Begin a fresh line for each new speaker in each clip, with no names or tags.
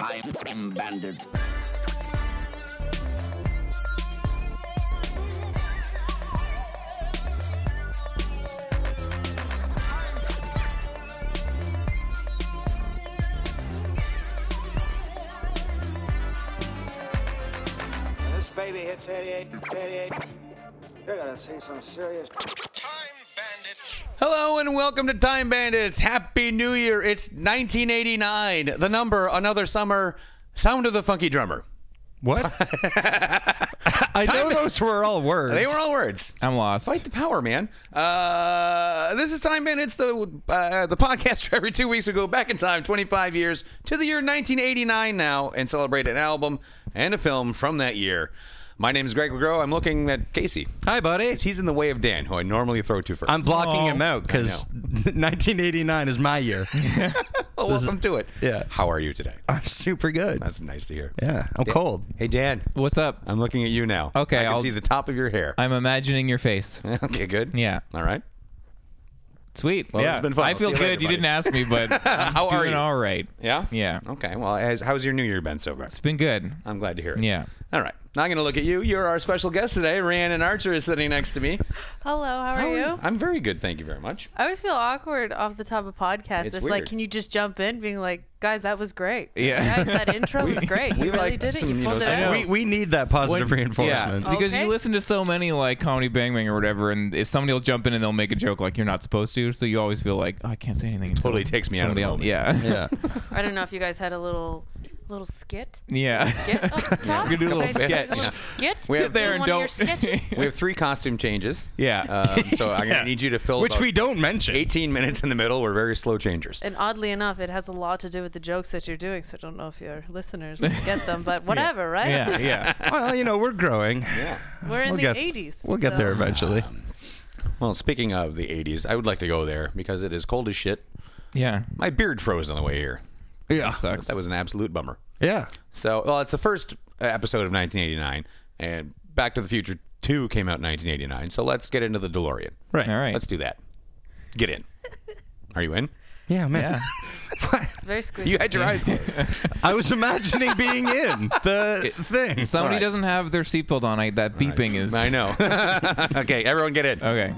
I am bandits.
This baby hits 88, 88. You're gonna see some serious.
Hello and welcome to Time Bandits. Happy New Year. It's 1989. The number, another summer. Sound of the Funky Drummer.
What? I know those were all words.
They were all words.
I'm lost.
Fight the power, man. Uh, this is Time Bandits, the uh, the podcast where every two weeks we go back in time 25 years to the year 1989 now and celebrate an album and a film from that year. My name is Greg LeGros. I'm looking at Casey.
Hi, buddy.
He's in the way of Dan, who I normally throw to first.
I'm blocking
Aw.
him out because 1989 is my year.
Oh, welcome to it.
Yeah.
How are you today?
I'm super good.
That's nice to hear.
Yeah, I'm cold.
Hey, Dan.
What's up?
I'm looking at you now.
Okay,
I can
I'll-
see the top of your hair.
I'm imagining your face.
okay, good.
Yeah.
All right.
Sweet.
Well,
yeah.
it's been fun.
I
I'll
feel
see you
good.
later,
you
buddy.
didn't ask me, but I'm
Uh, How are
doing
you?
all right.
Yeah.
Yeah.
Okay. Well, as, how's your New Year been so far?
It's been good.
I'm glad to hear it.
Yeah.
All right. Now I'm going to look at you. You're our special guest today. Rhiannon Archer is sitting next to me.
Hello, how are you?
I'm very good. Thank you very much.
I always feel awkward off the top of podcasts.
It's
It's,
weird.
like, can you just jump in, being like, guys, that was great.
Yeah.
guys, that intro was great.
we
you really
like
did it.
some,
you
you know,
pulled it
some-
out.
We, we need that positive reinforcement.
Yeah, Oh, because
Okay.
you listen to so many like comedy bang bang or whatever, and if somebody will jump in and they'll make a joke like you're not supposed to, so you always feel like oh, I can't say anything. until
Totally takes me out of the
somebody
moment.
else. Yeah,
Yeah.
I don't know if you guys had a little little skit.
yeah.
Skit up top.
We could do a
You
little
guys did
sketch.
little skit.
We have
Did
there and
one of your
don't-
sketches?
We have three costume changes.
Yeah.
Um, so I'm going to need you to fill
Which
about
we don't mention.
18 minutes in the middle. We're very slow changers.
And oddly enough, it has a lot to do with the jokes that you're doing. So I don't know if your listeners will get them, but whatever, right?
yeah, yeah.
Well, you know, we're growing. Yeah.
We're in
We'll
the
get-
80s.
We'll get
so-
there eventually.
Well, speaking of the 80s, I would like to go there because it is cold as shit.
yeah.
My beard froze on the way here.
Yeah.
Sucks.
That was an absolute bummer.
Yeah.
So, well, it's the first episode of 1989, and Back to the Future 2 came out in 1989. So let's get into the DeLorean.
Right.
all right.
Let's do that. Get in. Are you in?
Yeah, man.
yeah.
It's very squeaky.
You had your eyes closed.
I was imagining being in the thing.
Somebody
right.
doesn't have their seatbelt on. I, that beeping is.
I know. okay, everyone get in.
Okay.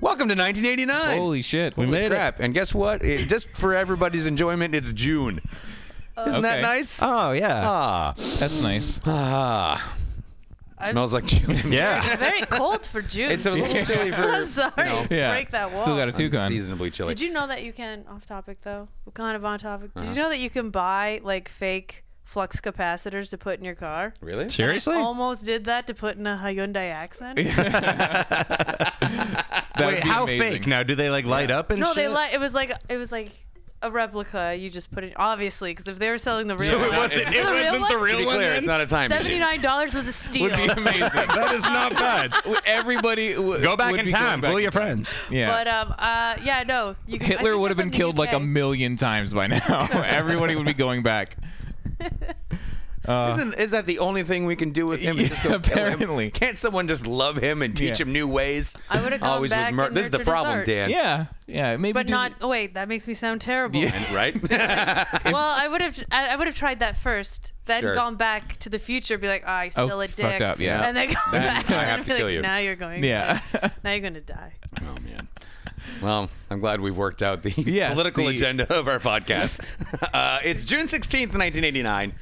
Welcome to 1989.
Holy shit.
Holy
made it.
crap. And guess what? It- just for everybody's enjoyment, it's June. Isn't that
Okay.
nice?
Oh, yeah.
Ah,
That's nice.
ah.
I'm-
Smells like June. to me.
yeah.
Very cold for June.
It's a little chilly for
I'm sorry.
Yeah.
Break that wall.
Still got a toucan.
seasonably chilly.
Did you know that you can off topic though? Kind of on topic.
Uh-huh.
Did you know that you can buy like fake flux capacitors to put in your car?
really?
Seriously?
Almost did that to put in a Hyundai accent.
That would
Wait,
be
how
amazing.
fake now? Do they like light up and
no,
shit?
they li- it was like it was like a replica. You just put it obviously because if they were selling the real,
it
one-
wasn't-
the
it
real
wasn't the
one?
real
To be
one
clear,
then?
it's not a time
Seventy
machine.
nine dollars was a steal.
Would be amazing.
That is not bad.
Everybody w-
Go back
would
in
be
time.
going back
Fool your
in time.
friends.
Yeah.
But um, uh, yeah, no. You can, I
Hitler
think
would have
up in
been
the
killed like a
UK
million times by now. Everybody would be going back.
Isn't is that the only thing we can do with him? is just go
Uh, Yeah,
kill him?
apparently.
can't someone just love him and teach
Yeah.
him new ways?
I would've gone
always
back
with murder.
and
This is the
nurtured his
problem,
art.
Dan.
Yeah. Yeah. Maybe.
But
do-
not. Oh wait, that makes me sound terrible.
right.
well, I would have I, I would have tried that first, then
Sure.
gone back to the future, be like, oh, I still a
fucked
dick,
up, yeah.
and then go
Then
back.
I
and
have to
be like,
kill you.
Now you're going.
Yeah.
To, now you're going to die.
Oh man. Well, I'm glad we've worked out the
Yes,
political
the-
agenda of our podcast. uh, it's June 16th, 1989.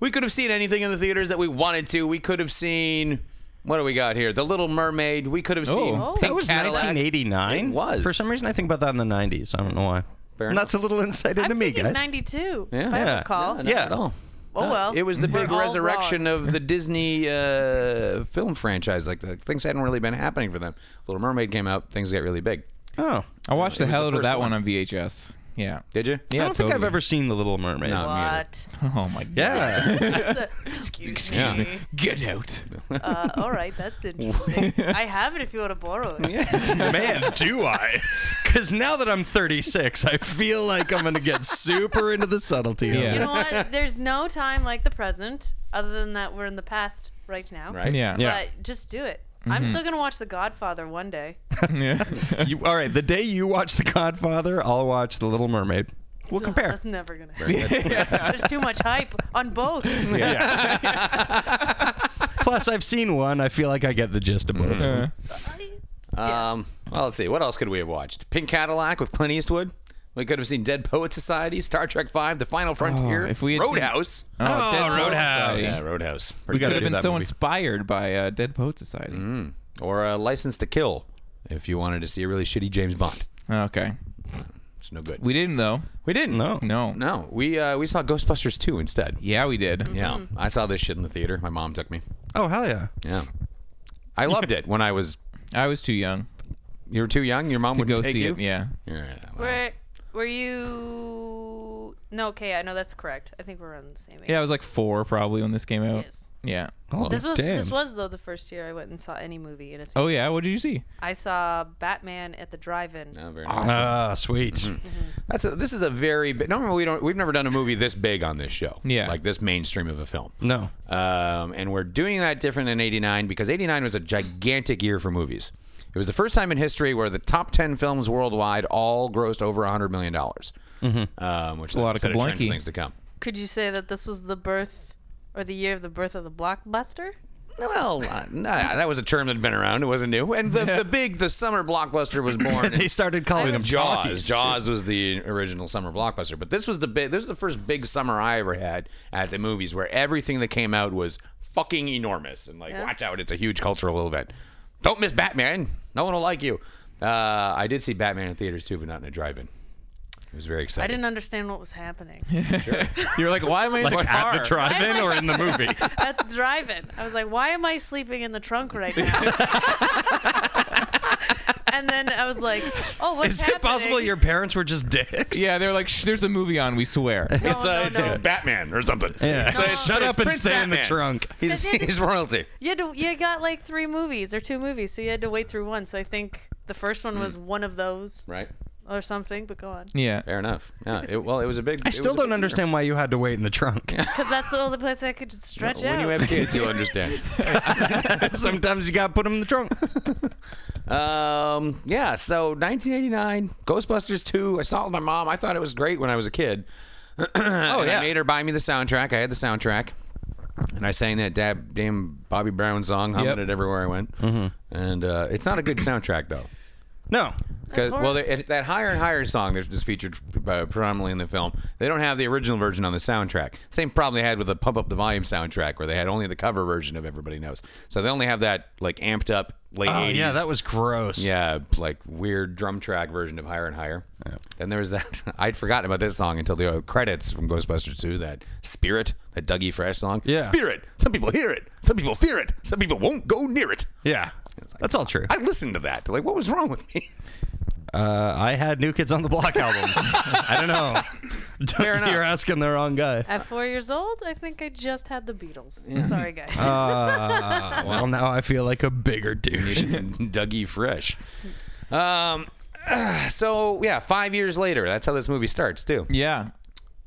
We could have seen anything in the theaters that we wanted to. We could have seen. What do we got here? The Little Mermaid. We could have seen.
Oh.
Pink
That was
Cadillac.
1989.
It was.
For some reason, I think about that in the 90s. I don't know why.
Fair
and that's a little insight into
I'm
me,
thinking
guys.
92.
Yeah.
If I
Yeah.
recall.
No, not
Yeah.
at all.
Oh well.
Uh, It was the
We're
big
all
resurrection
wrong.
of the Disney uh, film franchise. Like the, things hadn't really been happening for them. Little Mermaid came out, things got really big.
Oh,
I watched the
was the
hell out of
first
that
one.
one on VHS. Yeah.
Did you?
Yeah,
I don't think I've
totally.
ever seen The Little Mermaid.
No. I'm muted.
What?
Oh my god.
Yeah.
Excuse,
Yeah.
me.
Get out.
Uh, all right, that's interesting. I have it if you want to borrow it.
Man, do I? Because now that I'm 36, I feel like I'm going to get super into the subtlety. of
Yeah.
You
it.
know what? There's no time like the present, other than that we're in the past right now.
Right.
Yeah.
Yeah. Mm-hmm.
But just do it. I'm still gonna watch The Godfather one day.
yeah.
You, all right. The day you watch The Godfather, I'll watch The Little Mermaid. We'll
Ugh,
compare.
That's never gonna happen. There's too much hype on both.
Yeah. Plus, I've seen one. I feel like I get the gist of both. of
Mm-hmm.
them.
Uh,
Um, well, let's see. What else could we have watched? Pink Cadillac with Clint Eastwood. We could have seen Dead Poet Society, Star Trek V, The Final Frontier,
Oh, if we had seen-
Roadhouse.
oh, Dead Poets
Roadhouse.
Society.
yeah, Roadhouse.
We
Could
gotta
have
do
been
that
so
movie.
inspired by uh, Dead Poet Society.
Or uh, License to Kill, if you wanted to see a really shitty James Bond.
Okay.
It's no good.
We didn't though.
We didn't.
No.
No.
No. We uh, we saw Ghostbusters 2 instead.
Yeah, we did.
Yeah. I saw this shit in the theater. My mom took me.
Oh, hell yeah.
Yeah. I loved it when I was.
I was too young
You were too young. Your mom
to
would
go
take
see
you.
it. Yeah.
Yeah, well,
Were, were you? No, okay, I know that's correct. I think we're around the same age.
Yeah, I was like four probably when this came out.
Yes.
Yeah.
Oh,
This was
damn.
this was though the first year I went and saw any movie in a theater.
Oh yeah. What did you see?
I saw Batman at the drive-in.
yeah, very nice.
Ah, sweet.
Mm-hmm. That's a, this is a very big. Normally we don't. We've never done a movie this big on this show.
Yeah.
Like this mainstream of a film.
No.
Um, and we're doing that different in '89 because '89 was a gigantic year for movies. It was the first time in history where the top 10 films worldwide all grossed over 100 million dollars, um, which is
Mm-hmm. a lot of
set trend for
Kablanki.
things to come.
Could you say that this was the birth or the year of the birth of the blockbuster?
Well, uh, nah, that was a term that had been around. It wasn't new. And the, the big, the summer blockbuster was born.
They started calling them
Jaws.
talkies.
Jaws was the original summer blockbuster, but this was the big. This is the first big summer I ever had at the movies, where everything that came out was fucking enormous, and like, watch out, it's a huge cultural event. Don't miss Batman. No one will like you. Uh, I did see Batman in theaters too, but not in a drive-in. It was very
I
exciting.
didn't understand what was happening
You're like, why am I in
Like
my
at the
car?
drive-in or in the movie?
at the drive-in. I was like, why am I sleeping in the trunk right now? and then I was like, oh, what's
Is
happening?
it possible your parents were just dicks?
Yeah, they're like, Shh, there's a movie on. We swear.
It's,
no,
uh, it's,
no.
it's Batman or something.
Yeah.
So it's-
Shut
it's
up and
Prince
stay in the
Batman.
trunk.
He's, he's royalty.
You had to, you got like three movies or two movies, so you had to wait through one. So I think the first one
Hmm.
was one of those
Right.
or something. But go on,
Yeah.
Fair enough. Yeah. It, well, it was a big.
I still don't understand why you had to wait in the trunk.
because that's the only place I could just stretch
When
out.
you have kids, you'll understand.
Sometimes you gotta put them in the trunk.
Um, yeah, so 1989, Ghostbusters 2. I saw it with my mom. I thought it was great when I was a kid. oh,
yeah.
I made her buy me the soundtrack. I had the soundtrack. And I sang that dab, damn Bobby Brown song, humming
Yep.
it everywhere I went.
Mm-hmm.
And uh, it's not a good soundtrack, though.
No.
'Cause- well, they, it, that higher and higher song that was featured uh, predominantly in the film, they don't have the original version on the soundtrack. Same problem they had with the Pump Up the Volume soundtrack, where they had only the cover version of Everybody Knows. So they only have that like amped up late
Oh
80s.
yeah, that was gross.
Yeah, like weird drum track version of Higher and Higher. Then there was that I'd forgotten about this song until the uh, credits from Ghostbusters 2, that Spirit, that Dougie Fresh song.
Yeah.
Spirit. Some people hear it. Some people fear it. Some people won't go near it.
Yeah. That's all true.
I listened to that. Like, what was wrong with me?
Uh, I had New Kids on the Block albums. I don't know.
Fair enough. Oh,
You're asking the wrong guy.
At four years old, I think I just had the Beatles. Sorry, guys.
Oh.
well, now I feel like a bigger douche.
Needed some Dougie Fresh. Um, so, yeah, five years later, that's how this movie starts, too.
Yeah.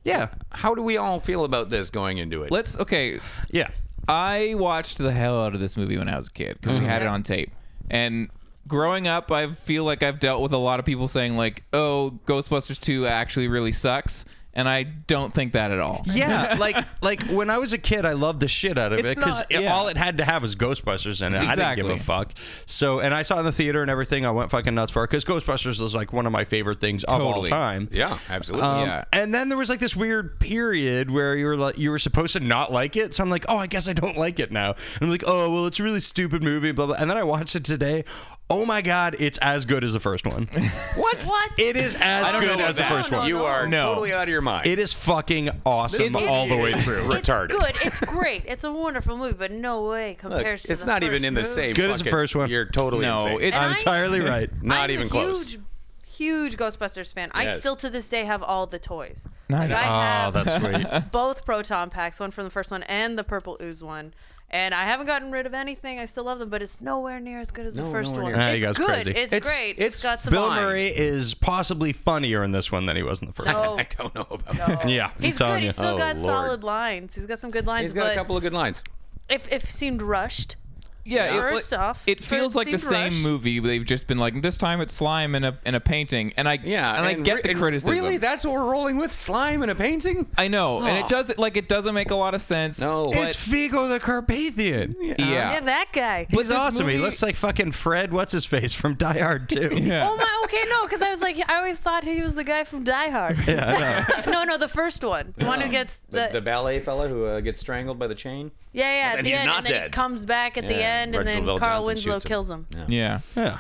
Yeah.
How do we all feel about this going into it?
Let's. Okay.
Yeah.
I watched the hell out of this movie when I was a kid because
Mm-hmm.
we had it on tape. And growing up, I feel like I've dealt with a lot of people saying like, "Oh, Ghostbusters 2 actually really sucks," and I don't think that at all.
Yeah, like like when I was a kid, I loved the shit out of it because
not- yeah.
all it had to have was Ghostbusters in it. I didn't give a
Exactly.
fuck. So, and I saw it in the theater and everything. I went fucking nuts for it because Ghostbusters was like one of my favorite things of all
Totally.
time.
yeah, absolutely.
Um,
Yeah.
And then there was like this weird period where you were like you were supposed to not like it. So I'm like, oh, I guess I don't like it now. And I'm like, oh, well, it's a really stupid movie, blah blah. And then I watched it today. Oh my god, it's as good as the first one.
what?
What?
it is as
don't
good
know
as the
about
first
that.
one.
You
no.
are
No.
totally out of your mind.
It is fucking awesome
This
all the
movie
way
is
through.
it's
retarded.
good. It's great. It's a wonderful movie, but no way compares
Look,
to
it's
the
not
first
even in the
movie.
same.
Good as the
fucking-
first one.
You're totally
No,
insane.
it-
And
I'm
I-
entirely right.
not
I'm
even
a
close.
Huge, huge Ghostbusters fan. I
Yes.
still to this day have all the toys.
Nice.
Like, I
Oh,
have
that's sweet.
both proton packs, one from the first one and the purple ooze one. And I haven't gotten rid of anything. I still love them, but it's nowhere near as good as the
No,
first
nowhere
one.
near.
Ah, you
it's
guys
good.
crazy.
It's, great.
it's
it's got some
Bill
lines.
Murray is possibly funnier in this one than he was in the first. one.
No,
I don't know about
no.
that.
Yeah, I'm
Oh. he's
telling
good.
you.
He's still
Oh,
got
Lord.
solid lines. He's got some good lines,
He's got
but
a couple of good lines.
if if seemed rushed,
Yeah, it,
First
like-
off,
it
but
feels
it
like the
seemed
same
rushed.
movie. but They've just been like this time it's slime and a and a painting, and I
Yeah,
and, I get
re-
the
and
criticism.
Really, that's what we're rolling with? Slime in a painting?
I know, and
Oh.
it does like it doesn't make a lot of sense.
No.
but,
it's Vigo the Carpathian.
yeah,
yeah, that guy.
He's
this
awesome. He
movie-
looks like fucking Fred. What's his face from Die Hard too.
Yeah.
Oh my, okay, no, because I was like, I always thought he was the guy from Die Hard. no, no, the first one, the one who gets the,
The, the ballet fella who uh, gets strangled by the chain?
yeah, yeah, at
then
the
he's
end,
not
and then he
dead.
comes back at the
Yeah,
end, and
Reginald
then
Bell
Carl
Johnson
Winslow
shoots him.
kills him.
yeah.
Yeah.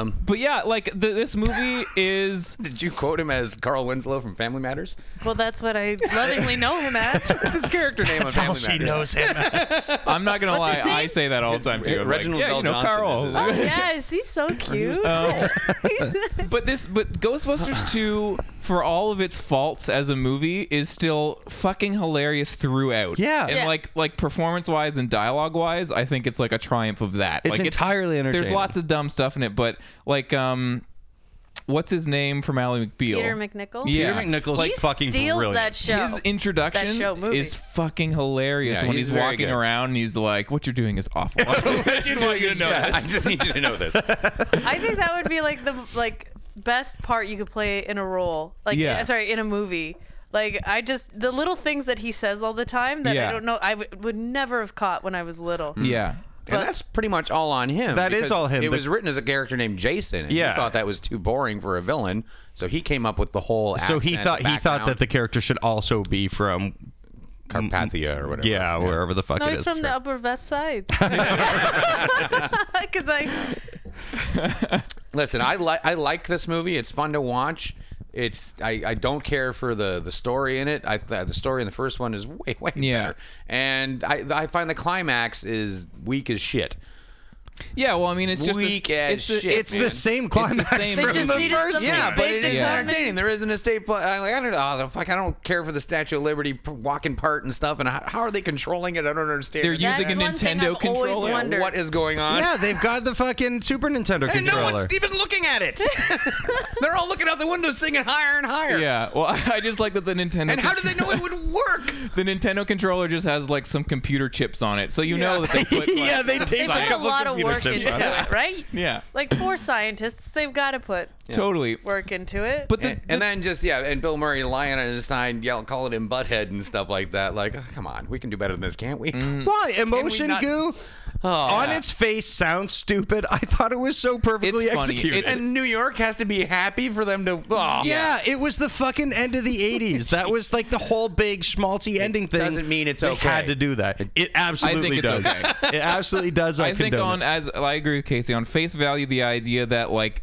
Um,
But yeah, like th this movie is
did you quote him as Carl Winslow from Family Matters?
Well, that's what I lovingly know him as.
That's his character name
That's
on
all
Family
she
Matters.
knows him.
I'm not gonna lie, I say that all the time too. I'm like,
Reginald
yeah,
Bell
you know,
Johnson
Carl.
is his-
Oh yes, he's so cute.
but this but Ghostbusters 2 for all of its faults as a movie is still fucking hilarious throughout.
Yeah.
And
Yeah.
like like performance-wise and dialogue-wise, I think it's like a triumph of that.
It's
like
entirely
There's
entertaining.
lots of dumb stuff in it, but like um what's his name from Ally McBeal?
Peter McNichol.
Yeah.
Peter McNichol's
he
like fucking
steals
brilliant.
that show.
his introduction
That show movie.
is fucking hilarious
Yeah,
when
he's
he's,
very
walking
good.
around and he's like, "What you're doing is awful." I just want you to know
Yeah, I
this.
just need you to know this.
I think that would be like the like best part you could play in a role. Like
Yeah.
sorry, in a movie. Like I just the little things that he says all the time that
Yeah.
I don't know I w- would never have caught when I was little.
Yeah.
and that's pretty much all on him.
That is
because
all him.
It
The-
was written as a character named Jason, and
Yeah.
he thought that was too boring for a villain, so he came up with the whole.
so he
accent,
thought he thought that
background,
the character should also be from
Carpathia or whatever.
yeah, wherever the fuck
No,
it
he's
is.
from the
Sure.
Upper West Side. Because I
Listen, I like I like this movie. It's fun to watch. It's I, I don't care for the the story in it. I th- the story in the first one is way way
Yeah.
better, and I I find the climax is weak as shit.
Yeah, well, I mean, it's just a-
Weak as
it's a-
shit,
it's the
man.
same climax
same
from
movie. They
the
just needed
first.
something
one.
Yeah,
Yeah,
but
big
it is
design.
entertaining. There is an estate plan. I- Like I don't know. Oh, the fuck, I don't care for the Statue of Liberty p- walking part and stuff. And how, how are they controlling it? I don't understand.
They're
It.
using
that's
a
one thing
Nintendo
I've always
controller?
wondered.
what is going on?
Yeah, they've got the fucking Super Nintendo
and no
controller.
one's even looking at it. They're all looking out the window, singing higher and higher.
Yeah, well, I just like that the Nintendo.
And how did they know it would work?
the Nintendo controller just has like some computer chips on it, so you know
Yeah.
that they put. Like,
yeah, they
they
take
put a
couple
lot of
computer
work
chips
into
out.
it, right?
Yeah.
Like for scientists, they've got to put
totally.
work into it.
But the,
And, Eh, and then just yeah, and Bill Murray lying on his side, yell, calling him butthead and stuff like that. Like, oh, come on, we can do better than this, can't Hmm. we? Oh,
Why emotion
not-
goo? Mm. on its face sounds stupid. I thought it was so perfectly
It's funny.
executed.
It-
And New York has to be happy for them to. Oh,
yeah, it was the fucking end of the '80s. that was like the whole big schmaltzy ending thing.
doesn't mean it's
they
okay.
Had to do that. It absolutely
it's
does.
okay.
It absolutely does. I,
I think
condone
on
it.
as I agree with Casey on face value, the idea that like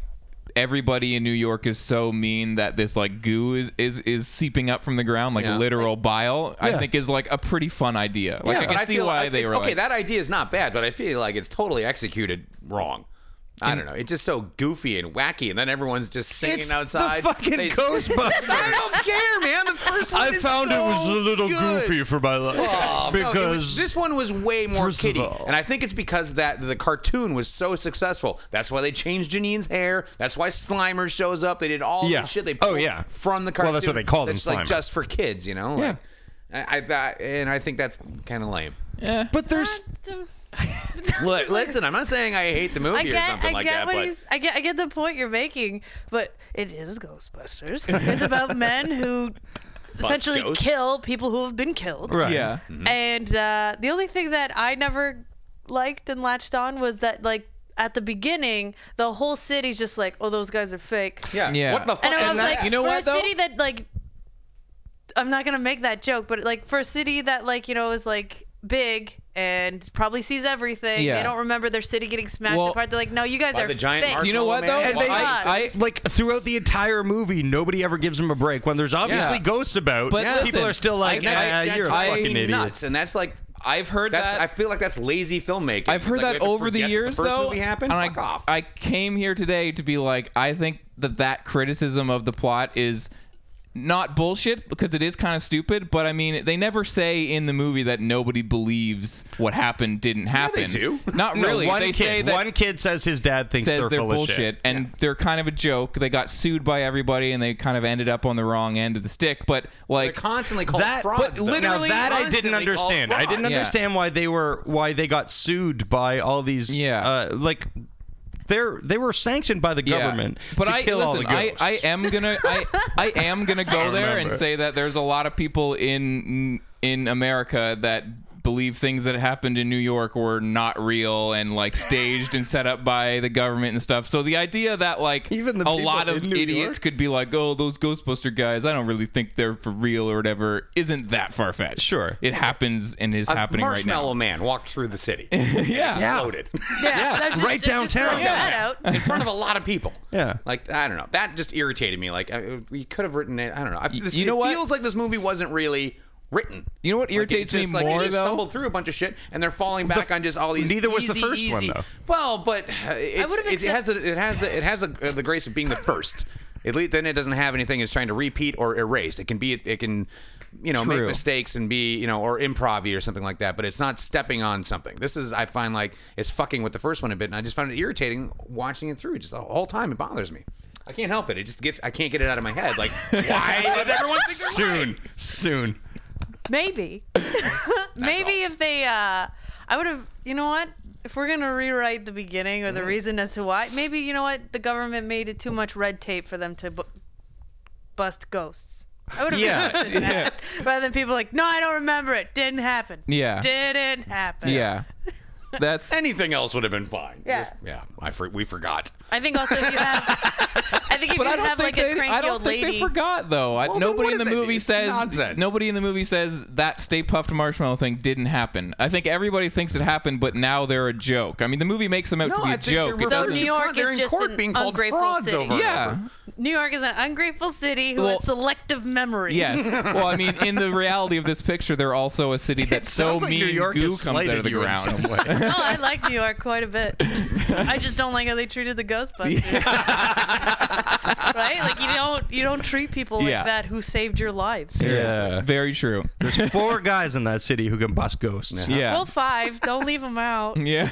everybody in New York is so mean that this like goo is is is seeping up from the ground like
Yeah.
literal bile. I
Yeah.
think is like a pretty fun idea. Like I
but
can see
feel
why
like-
they were
okay.
like,
that idea is not bad, but I feel like it's totally executed wrong. I don't know. It's just so goofy and wacky, and then everyone's just singing
It's
outside.
the fucking
They- I
Ghostbusters.
don't care, man. The first one
I
is
found it
so
was a little
good.
goofy for my life
Oh, no, it was-
because
this one was way more
First of
kiddie,
all-
and I think it's because that the cartoon was so successful. That's why they changed Janine's hair. That's why Slimer shows up. They did all
Yeah.
the shit they
Oh,
pulled
yeah.
from the
Well,
cartoon.
that's what they called him,
It's
Slimer.
like just for kids, you know. Like, I, I thought, and I think that's kind of lame.
but there's
Look, listen, I'm not saying I hate the movie
I
or
get,
something
I
like
get
that,
what
but
he's, I get, I get the point you're making, but it is Ghostbusters. it's about men who essentially
ghosts.
kill people who have been killed.
right.
yeah,
And uh, the only thing that I never liked and latched on was that, like, at the beginning, the whole city's just like, "Oh, those guys are fake."
yeah.
Yeah.
what the fuck?
And I
is
was
that?
like,
You know
for
what,
a
though?
city that like, I'm not gonna make that joke, but like for a city that like you know is like big and probably sees everything,
Yeah.
they don't remember their city getting smashed
Well-
apart. They're like, no, you guys
By
are
the giant
fake.
marshmallow
You know what,
man?
though?
And
Why
they,
is
I,
this-
like throughout the entire movie, nobody ever gives him a break. When there's obviously
Yeah.
ghosts about,
But
people
listen,
are still
Like,
like,
that-
"Ah,
that's
"You're a
driving
fucking
me
idiot."
nuts, and that's like
I've heard
that's.
that.
I feel like that's lazy filmmaking.
I've heard
It's like, we have
that
to
over the
forget
years,
the first
though.
Movie happened.
And
Fuck
I,
off.
I came here today to be like, I think that that criticism of the plot is not bullshit because it is kind of stupid. But I mean, they never say in the movie that nobody believes what happened didn't happen.
do.
Not really.
No, one
they
kid,
say that
one kid says his dad thinks
says
they're,
they're,
full
bullshit,
of shit.
and they're kind of a joke. They got sued by everybody, and they kind of ended up on the wrong end of the stick. But like,
constantly called
That-
frauds.
but
though.
literally-
Now,
that I didn't
constantly called
understand. I didn't
frauds.
Yeah.
understand why they were why they got sued by all these.
Yeah.
uh, like they're they were sanctioned by the
yeah.
government
But
to
I
kill
listen,
all the
I,
ghosts.
I am gonna I, I am gonna go there and
remember.
say that there's a lot of people in in America that believe things that happened in New York were not real and like staged and set up by the government and stuff. So the idea that like
Even the
a
people
lot of
in New
idiots
York?
could be like, "Oh, those Ghostbuster guys, I don't really think they're for real or whatever," isn't that far fetched.
Sure.
It happens and is
A
happening right now.
marshmallow man walked through the city.
Yeah.
Exploded.
yeah, that just-
right
that just
downtown.
throws that out.
in front of a lot of people.
Yeah.
Like I don't know. That just irritated me. Like I, we could have written it. I don't know. I, this,
you know
it
what?
feels like this movie wasn't really written.
You know what
Like, it
irritates me
just, like,
more,
They just
though?
stumbled through a bunch of shit, and they're falling back on just all these.
neither was the
easy,
first one,
easy-
though.
Well, but uh, it's,
would've
it's, it has
accept-
the it has the it has the, uh, the grace of being the first. At least then it doesn't have anything it's trying to repeat or erase. It can be it can. You know,
True.
make mistakes and be, you know, or improv or something like that, but it's not stepping on something. This is, I find like, it's fucking with the first one a bit, and I just found it irritating watching it through. Just the whole time, it bothers me. I can't help it. It just gets, I can't get it out of my head. Like, why does everyone think they're
soon soon.
Maybe. Maybe if they, uh, I would have, you know what? If we're going to rewrite the beginning or the
Mm.
reason as to why, maybe, you know what? The government made it too much red tape for them to bu- bust ghosts. I would have
Yeah,
accepted that. Rather than people like, no, I don't remember it. Didn't happen.
Yeah.
Didn't happen.
Yeah. That's
anything else would have been fine.
Yeah.
Just- yeah. I for, we forgot.
I think also if you have, I think if
But
you
I don't
have
think
like
they,
a
I
cranky
don't
old
think they
lady.
forgot though. I,
Well, then
nobody
what
in the
did they-
movie
it's
says
nonsense.
nobody in the movie says that Stay Puffed Marshmallow thing didn't happen. I think everybody thinks it happened, but now they're a joke. I mean, the movie makes them out to be a joke. It
So
doesn't-
New York
they're
is
in
just
court
an
being called
ungrateful
frauds
city.
over and
Yeah.
over.
New York is an ungrateful city who
Well-
has selective memory.
Yes. Well, I mean, in the reality of this picture, they're also a city that's so
Sounds like
mean
New York
goo
has
comes out
slighted
of the
you in some
ground.
way.
No, I like New York quite a bit. I just don't like how they treated the Ghostbusters. right? Like you don't you don't treat people
Yeah.
like that who saved your lives.
Yeah.
Very true.
There's four guys in that city who can bust ghosts.
Yeah.
Well, five. Don't leave them out.
yeah.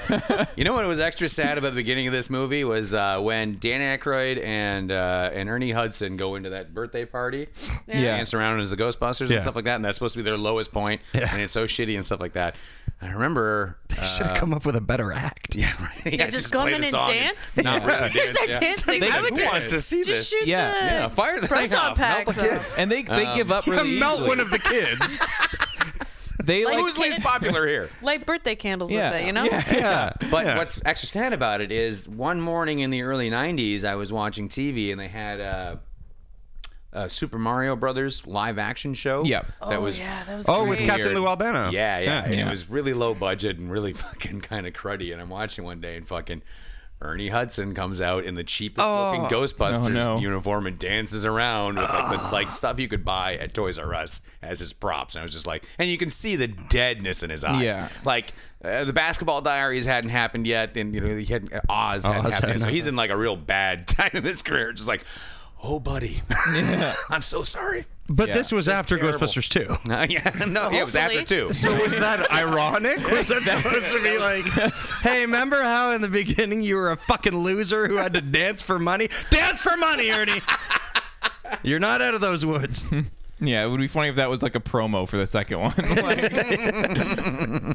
You know what was extra sad about the beginning of this movie was uh, when Dan Aykroyd and uh, and Ernie Hudson go into that birthday party,
Yeah.
dance around as the Ghostbusters
Yeah.
and stuff like that, and that's supposed to be their lowest point,
Yeah.
and it's so shitty and stuff like that. I remember, uh,
They should have come up with a better act.
yeah, right. Yeah,
just come
play
in
the
and
song
dance?
Not really
Here's
dance.
our
yeah.
dancing. I would
Who
just,
wants to see
just
this?
shoot
Yeah.
the
Yeah, fire the thing
proton
up. Melt
packs
the
up.
And they, they give up really
Um, Melt
easily.
one of the kids.
they like,
Who's least popular here?
Light birthday candles
Yeah.
with it, you know?
Yeah.
yeah.
But
Yeah.
what's extra sad about it is one morning in the early '90s, I was watching TV and they had a, a Super Mario Brothers live action show.
Yep.
that
oh,
was.
yeah, that was
Oh, with
great.
Captain
Weird.
Lou Albano.
Yeah, yeah, and
Yeah.
it was really low budget and really fucking kind of cruddy. And I'm watching one day and fucking Ernie Hudson comes out in the cheapest looking Ghostbusters
no.
uniform and dances around with like the like stuff you could buy at Toys R Us as his props. And I was just like, and you can see the deadness in his eyes.
Yeah.
Like uh, the Basketball Diaries hadn't happened yet, and you know he had Oz hadn't happened,
Oz
yet.
hadn't
so he's in like a real bad time in his career. Just like, oh buddy, I'm so sorry.
But
Yeah.
this was
That's
after
terrible.
Ghostbusters 2.
No, yeah, no, yeah, it was after
Hopefully.
two.
So was that ironic? Was that supposed to be like, hey, remember how in the beginning you were a fucking loser who had to dance for money? Dance for money, Ernie. You're not out of those woods.
yeah, it would be funny if that was like a promo for the second one.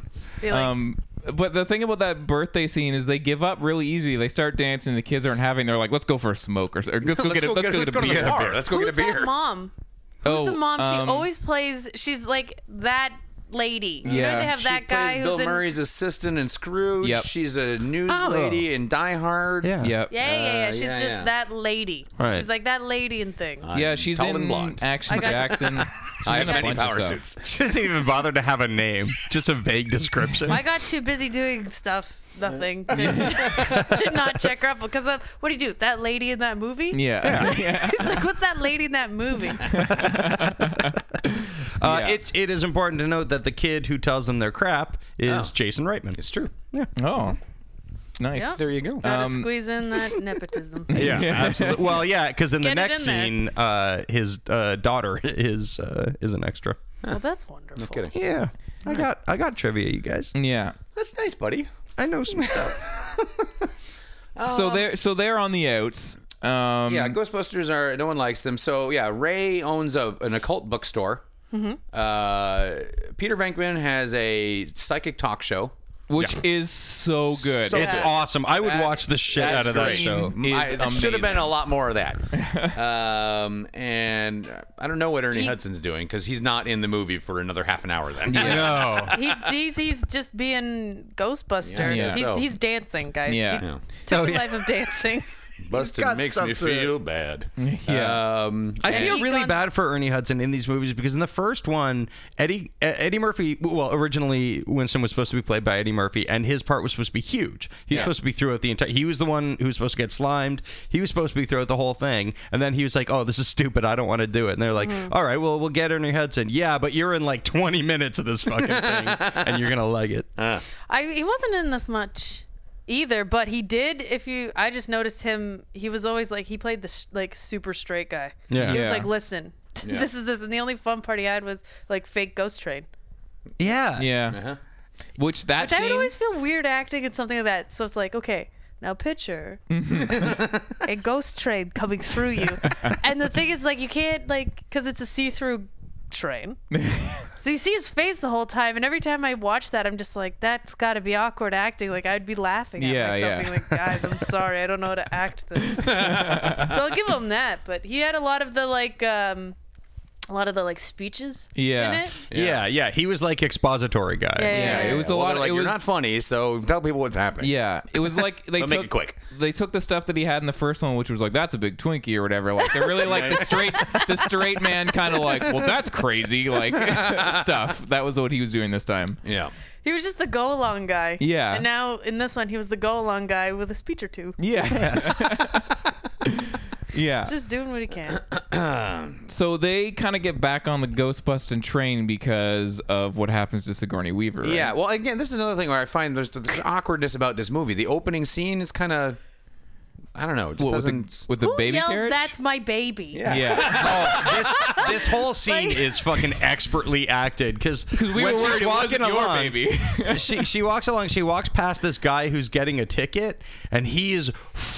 Like-
Be like,
Um, but the thing about that birthday scene is they give up really easy. They start dancing. The kids aren't having. They're like, "Let's go for a smoke or, or let's go get a let's go get
to the
a beer."
bar. Let's go
Who's
get a beer.
that mom?
Oh,
the mom,
um,
she always plays. She's like that lady. You
Yeah.
know they have
She
that guy
plays
who's
Bill
in.
Murray's assistant in Scrooge.
Yep.
She's a news
Oh.
lady in Die Hard.
Yeah.
Yep.
Yeah, yeah, yeah.
Uh,
She's
yeah,
just
yeah.
that lady.
Right.
She's like that lady in things.
Yeah,
I'm
she's
tall and
in
blonde.
Action
I got-
Jackson.
I have
She's in a
many
bunch of
power
stuff.
suits.
She doesn't even bother to have a name, just a vague description.
I got too busy doing stuff, nothing, to, to not check her up because of what do you do? That lady in that movie?
Yeah. yeah.
He's like, what's that lady in that movie?
Uh,
Yeah.
it, it is important to note that the kid who tells them they're crap is
Oh.
Jason Reitman.
It's true.
Oh. Nice.
Yep.
There you go.
Gotta
Um,
squeeze in that nepotism.
Yeah, absolutely. Well, yeah, because in the
Get it
next
in there.
scene, uh, his uh, daughter is uh, is an extra.
Well, that's wonderful.
kidding.
Yeah, I got I got trivia, you guys.
Yeah.
That's nice, buddy.
I know some stuff.
Oh.
so they're so they're on the outs. Um,
Yeah, Ghostbusters are no one likes them. So yeah, Ray owns a, an occult bookstore.
Mm-hmm.
Uh, Peter Venkman has a psychic talk show.
which is so good.
So
It's
good.
awesome. I would
That-
watch the shit out of that
great.
show.
is
I, it should have been
amazing.
a lot more of that. um, and I don't know what Ernie Hudson's doing because he's not in the movie for another half an hour. Then
No,
He's, he's he's just being Ghostbuster.
Yeah, I
guess
he's,
so.
he's dancing, guys.
Yeah.
He
Yeah.
took
Oh,
a
yeah.
life of dancing.
Busted
got
makes me
stuff to-
feel bad.
Yeah.
Um,
I feel
He
really
gone-
bad for Ernie Hudson in these movies because in the first one, Eddie E, Eddie Murphy. Well, originally Winston was supposed to be played by Eddie Murphy, and his part was supposed to be huge. He's supposed to be throughout the entire. He was the one who was supposed to get slimed. He was supposed to be throughout the whole thing, and then he was like, "Oh, this is stupid. I don't want to do it." And they're like,
Mm-hmm.
"All right, well, we'll get Ernie Hudson. Yeah, but you're in like 20 minutes of this fucking thing, and you're gonna like it."
Uh,
I he wasn't in this much either, but he did. If you, I just noticed him. He was always like he played the sh- like super straight guy.
Yeah.
He
Yeah.
was like, listen, this is this, and the only fun part he had was like fake Ghost Train.
yeah,
yeah. Which that
Which I
scene,
would always feel weird acting in something like that. So it's like, okay, now picture a ghost train coming through you. and the thing is, like, you can't, like, because it's a see through train. so you see his face the whole time. And every time I watch that, I'm just like, that's got to be awkward acting. Like, I'd be laughing at
Yeah,
myself,
yeah.
being like, guys, I'm sorry. I don't know how to act this. so I'll give him that. But he had a lot of the, like, um, a lot of the like speeches in
Yeah.
it.
yeah, yeah. He was like expository guy.
yeah, it was a
Well,
lot.
they're
of
like
it
you're
was,
not funny, so tell people what's happening.
Yeah, it was like they
But
took
make it quick.
They took the stuff that he had in the first one, which was like that's a big Twinkie or whatever. Like they're really like the straight the straight man kind of like, well, that's crazy like stuff. That was what he was doing this time.
yeah.
He was just the go along guy.
Yeah.
And now in this one, he was the go along guy with a speech or two.
Yeah. yeah.
Just doing what he can.
So they kind of get back on the Ghostbusting train because of what happens to Sigourney Weaver. right?
Yeah, well, again, this is another thing where I find there's, there's awkwardness about this movie. The opening scene is kind of, I don't know, it just
What, with the,
doesn't.
with the
Who
baby
yells,
carriage?
that's my baby?
Yeah.
yeah.
Oh, this this whole scene
Like-
is fucking expertly acted because
we were worried it wasn't your baby.
she she walks along. She walks past this guy who's getting a ticket, and he is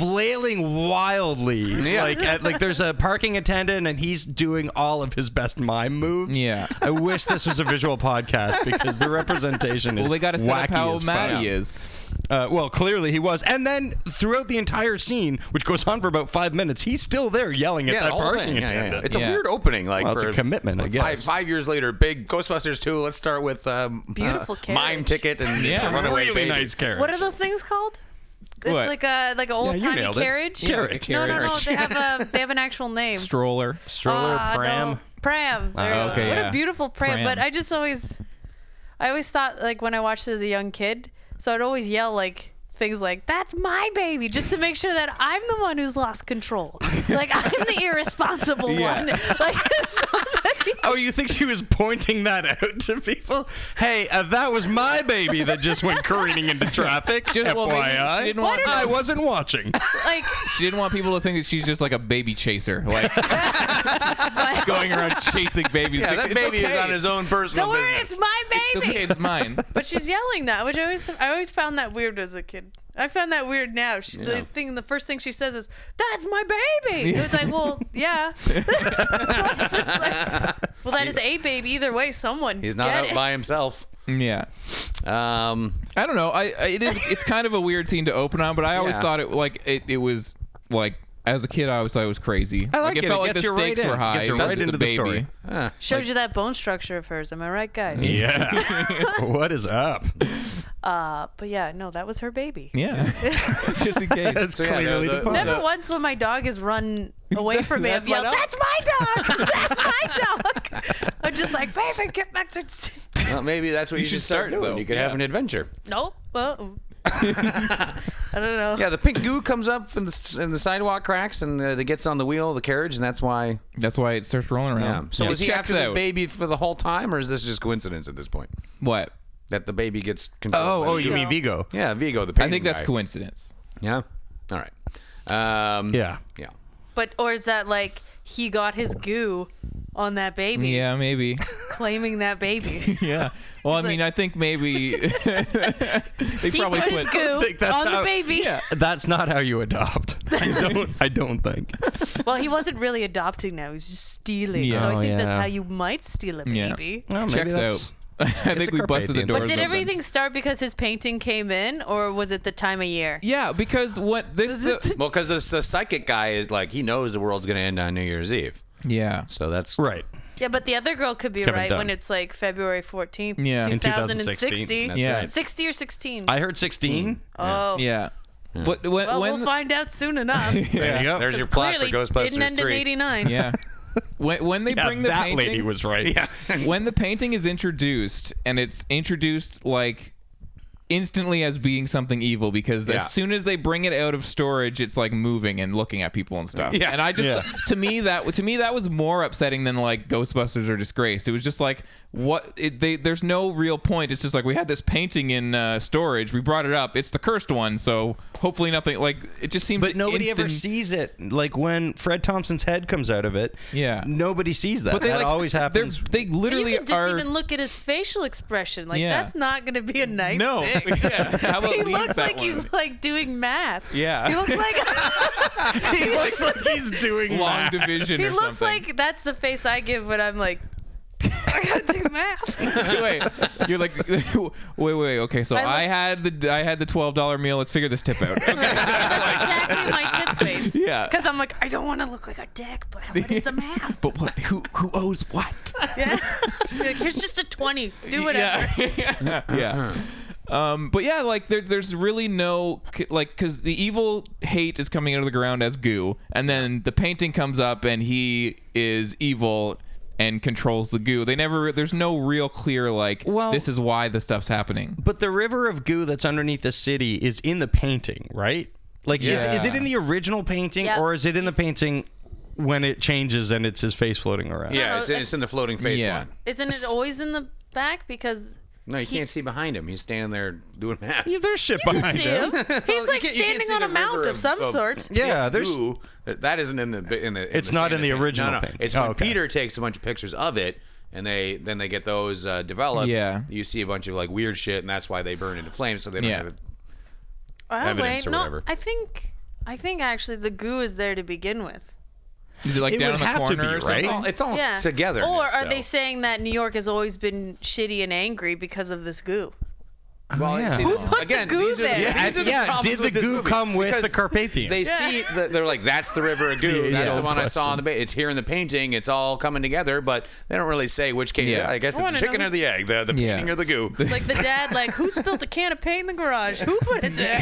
flailing wildly. Like at, like there's a parking attendant, and he's doing all of his best mime moves.
Yeah.
I wish this was a visual podcast because the representation is
Well, they got to set
wacky
up how
as
mad
fuck.
he is.
Uh, well, clearly he was, and then throughout the entire scene, which goes on for about five minutes, he's still there yelling at
Yeah,
that
the whole
parking
thing. Yeah, yeah,
attendant.
yeah. It's a
Yeah.
weird opening. Like
Well, it's
for
a commitment, I
like,
guess.
Five, five years later, big Ghostbusters 2. Let's start with um,
Beautiful
uh, mime
carriage.
ticket and it's a
Yeah.
runaway
really
baby.
nice character.
What are those things called? It's
What?
like a like an
you
old timey
nailed it.
carriage.
Carriage.
No, no, no.
Carriage.
They have a they have an actual name.
Stroller.
stroller
Ah,
pram?
no. Pram. There you go.
Ah, okay,
what
yeah.
a beautiful pram.
Pram.
But I just always, I always thought like when I watched it as a young kid, so I'd always yell like things like "That's my baby" just to make sure that I'm the one who's lost control. like I'm the irresponsible
Yeah.
one. Like if somebody.
Oh, you think she was pointing that out to people? Hey, uh, that was my baby that just went careening into traffic.
Just- well, maybe
FYI,
she didn't want- Why do-
I wasn't watching.
Like
She didn't want people to think that she's just like a baby chaser, like going around chasing babies.
Yeah, that
It's
baby
okay.
is on his own personal
don't worry,
business.
it's my
It's
baby.
okay, it's mine.
But she's yelling that, which I always I always found that weird as a kid. I found that weird now. She,
Yeah.
The thing, the first thing she says is, "That's my baby." It was like, well, yeah. So it's like, well, that is a baby. Either way, someone.
He's not
get
out
it.
by himself.
Mm, Yeah.
Um,
I don't know. I, I it is it's kind of a weird scene to open on, but I always
Yeah.
thought it like it, it was like as a kid I always thought it was crazy.
I like it.
it
It
felt like
gets
the
you right
stakes
in.
were
It
high.
gets you
because
right
it's a
into the
baby.
story.
uh,
Shows you that bone structure of hers. Am I right, guys?
Yeah. what is up?
Uh, but yeah, no, that was her baby.
Yeah. Just in case.
That's
yeah,
clearly
the- the-
defined.
Never once when my dog has run away from me, I've
That's my
yelled,
dog.
"That's my dog! That's my dog!" I'm just like, "Baby, get back to."
well, maybe that's what you,
should
should start,
start,
doing.
though.
You could have
Yeah.
an adventure.
Nope. Uh-uh. I don't know.
Yeah, the pink goo comes up from the, in the sidewalk cracks and uh, it gets on the wheel of the carriage, and that's why
That's why
Oh.
it starts rolling
Yeah.
around.
So
It
was he
checks
after this
out.
baby for the whole time, or is this just coincidence at this point?
What?
that the baby gets controlled.
Oh,
by
oh,
the
you
dude.
mean Vigo?
yeah, Vigo the
I
painting
think that's
guy.
coincidence.
Yeah. All right. Um,
Yeah.
Yeah.
But or is that like he got his goo on that baby,
Yeah, maybe.
claiming that baby?
Yeah. Well, I mean, I think maybe they
he
probably
put his
put.
goo
think that's
on
how-
the baby.
Yeah.
That's not how you adopt. I don't. I don't think.
Well, he wasn't really adopting now; he was just stealing.
Yeah.
So I
Oh,
think that's
yeah.
how you might steal a
Yeah.
baby.
Well, maybe
Checks
that's-
out. I think we
carpe
busted the
diem.
doors.
But
But did
open.
everything start because his painting came in, or was it the time of year?
Yeah, because what this the,
Well, because the, the psychic guy is like he knows the world's going to end on New Year's Eve,
yeah.
so that's
Right.
Yeah, but the other girl could be
Kevin
right
Dunn.
when it's like February 14th,
Yeah. In
2060.
That's
Yeah.
right.
60 or 16.
I heard
Mm.
sixteen.
oh,
Yeah. What when,
well,
when
we'll find out soon enough.
There you go.
There's your plot for
Clearly didn't
Ghostbusters
end in
3.
89.
yeah. When, when they
Yeah,
bring the
that
painting,
lady was right. Yeah.
when the painting is introduced and it's introduced like instantly as being something evil because
Yeah.
as soon as they bring it out of storage it's like moving and looking at people and stuff
Yeah.
and i just
Yeah.
to me that to me that was more upsetting than like ghostbusters or disgraced it was just like what it, they there's no real point it's just like we had this painting in uh, storage we brought it up it's the cursed one so hopefully nothing like it just seems
But nobody ever
instant-
sees it. Like when Fred Thompson's head comes out of it.
Yeah.
Nobody sees that.
but they
that
like,
always
they're-
happens.
they literally
you can just
are
even look at his facial expression. Like
Yeah.
that's not going to be a nice
no
thing.
yeah. How about
He
leave
looks
that
like
one?
he's like doing math.
Yeah.
He looks like
he looks like he's doing
long division
he
or
looks
something.
like that's the face I give when I'm like I got to do math.
wait, you're like, wait, wait, wait, okay. So
I look-
I, had the I had the twelve dollar meal. Let's figure this tip out. Okay.
exactly my tip face.
Yeah.
Because I'm like I don't want to look like a dick, but what is the math?
but what? Who who owes what?
Yeah. like, Here's just a twenty. Do whatever.
Yeah.
Uh-huh.
yeah. Um, but yeah, like there, there's really no c- like because the evil hate is coming out of the ground as goo, and then the painting comes up, and he is evil and controls the goo. They never there's no real clear like
Well-
this is why the stuff's happening.
But the river of goo that's underneath the city is in the painting, right? Like, is, is it in the original painting
Yeah.
or is it in the
He's-
painting when it changes and it's his face floating around?
Yeah,
no,
it's, in- it's in the floating face
Yeah.
line.
Isn't it always in the back? Because
No, you
He-
can't see behind him. He's standing there doing math.
Yeah, there's shit behind
see
him.
him. He's like
you can't- you can't
standing
see
on
the
a mount
river
of some
of-
sort.
Yeah, there's.
Ooh, that that isn't in the in the. in
It's not
standard
in the
thing.
original
No, no.
thing.
It's
Oh,
when
okay.
Peter takes a bunch of pictures of it, and they then they get those uh, developed.
Yeah.
you see a bunch of like weird shit, and that's why they burn into flames, so they don't
Yeah.
have it.
Oh,
evidence or
no,
whatever.
I think I think actually the goo is there to begin with.
Is it like
It
down
would
in the
have to
corner
be,
or
right?
something?
Well, it's all
Yeah.
together. in
Or
this,
are
though.
they saying that New York has always been shitty and angry because of this goo?
Well,
yeah.
see,
Who
this-
put the
again,
goo
these are the,
there?
yeah, Oh, these are the
Yeah,
problems
did the
with this
goo
movie.
come with the
Because
Carpathian?
They see, the, they're like, that's the river of goo.
Yeah,
that's
yeah.
the one I saw in the. Ba- it's here in the painting. It's all coming together, but they don't really say which came.
Yeah.
I guess
I
it's
wanna
the chicken
know-
or the egg, the, the
Yeah.
painting or the goo.
Like the dad, like who spilled a can of paint in the garage? Who put it there?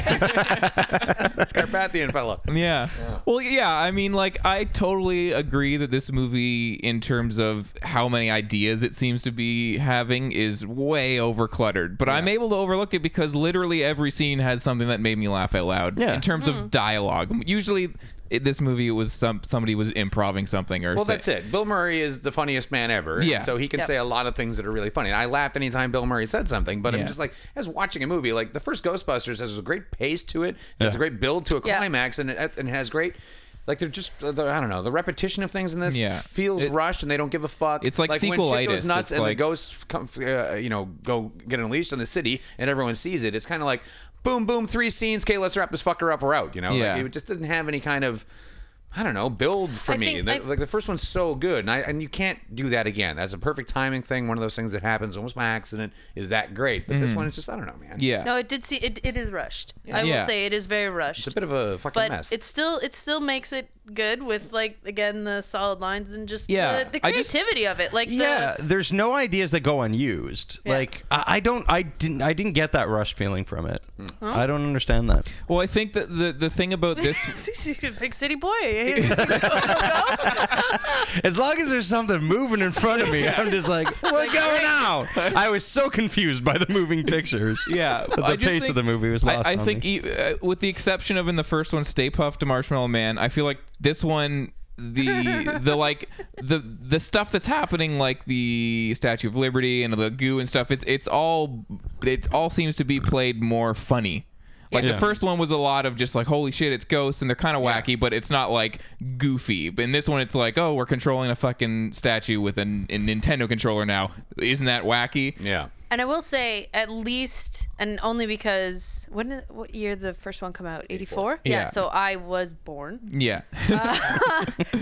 Carpathian fella.
Yeah. Well, yeah. I mean, like, I totally agree that this movie, in terms of how many ideas it seems to be having, is way over cluttered. But I'm able to overlook it because literally every scene has something that made me laugh out loud.
Yeah.
In terms of dialogue, usually in this movie it was some somebody was improving something or
Well,
say-
that's it. Bill Murray is the funniest man ever. and
Yeah.
So he can
Yep.
say a lot of things that are really funny. And I laughed anytime Bill Murray said something, but
Yeah.
I'm just like, as watching a movie, like the first Ghostbusters has a great pace to it, has
Yeah.
a great build to a
Yeah.
climax, and it, and it has great. Like they're just, uh, the- I don't know, the repetition of things in this
Yeah.
feels
It-
rushed, and they don't give a fuck.
It's like
when shit
sequelitis.
goes nuts,
It's
and
like-
the ghosts come, uh, you know, go get unleashed in the city, and everyone sees it. It's kind of like, boom, boom, three scenes. Okay, let's wrap this fucker up. We're out. You know, Like,
Yeah.
it just didn't have any kind of, I don't know, build for
I
me.
think
The-
I-
like the first one's so good, and I and you can't do that again. That's a perfect timing thing. One of those things that happens almost by accident is that great. But this one is just I don't know, man.
Mm-hmm. Yeah.
No, it did see it. It is rushed. I will
Yeah.
say it is very rushed.
it's a bit of a fucking
but
mess.
it still it still makes it good with like again the solid lines and just
Yeah,
the, the
I just-
creativity of it. Like
yeah, there's no ideas that go unused.
Yeah.
Like I, I don't, I didn't, I didn't get that rush feeling from it. I don't understand that.
Well, I think that the the thing about this.
the big city boy.
As long as there's something moving in front of me, I'm just like, what's going on? I was so confused by the moving pictures.
Yeah,
But the
I just
pace
think-
of the movie was
I-
lost.
I,
on
think,
me.
e- uh, with the exception of in the first one, Stay Puffed to Marshmallow Man, I feel like this one, the the like the the stuff that's happening, like the Statue of Liberty and the goo and stuff, it's it's all it all seems to be played more funny. Like
Yeah.
the first one was a lot of just like holy shit, it's ghosts and they're kind of wacky, but it's not like goofy. But in this one, it's like oh, we're controlling a fucking statue with an, a Nintendo controller now. Isn't that wacky?
Yeah.
And I will say, at least, and only because when did- what year did the first one come out? Eighty four.
Yeah.
Yeah. So I was born.
Yeah,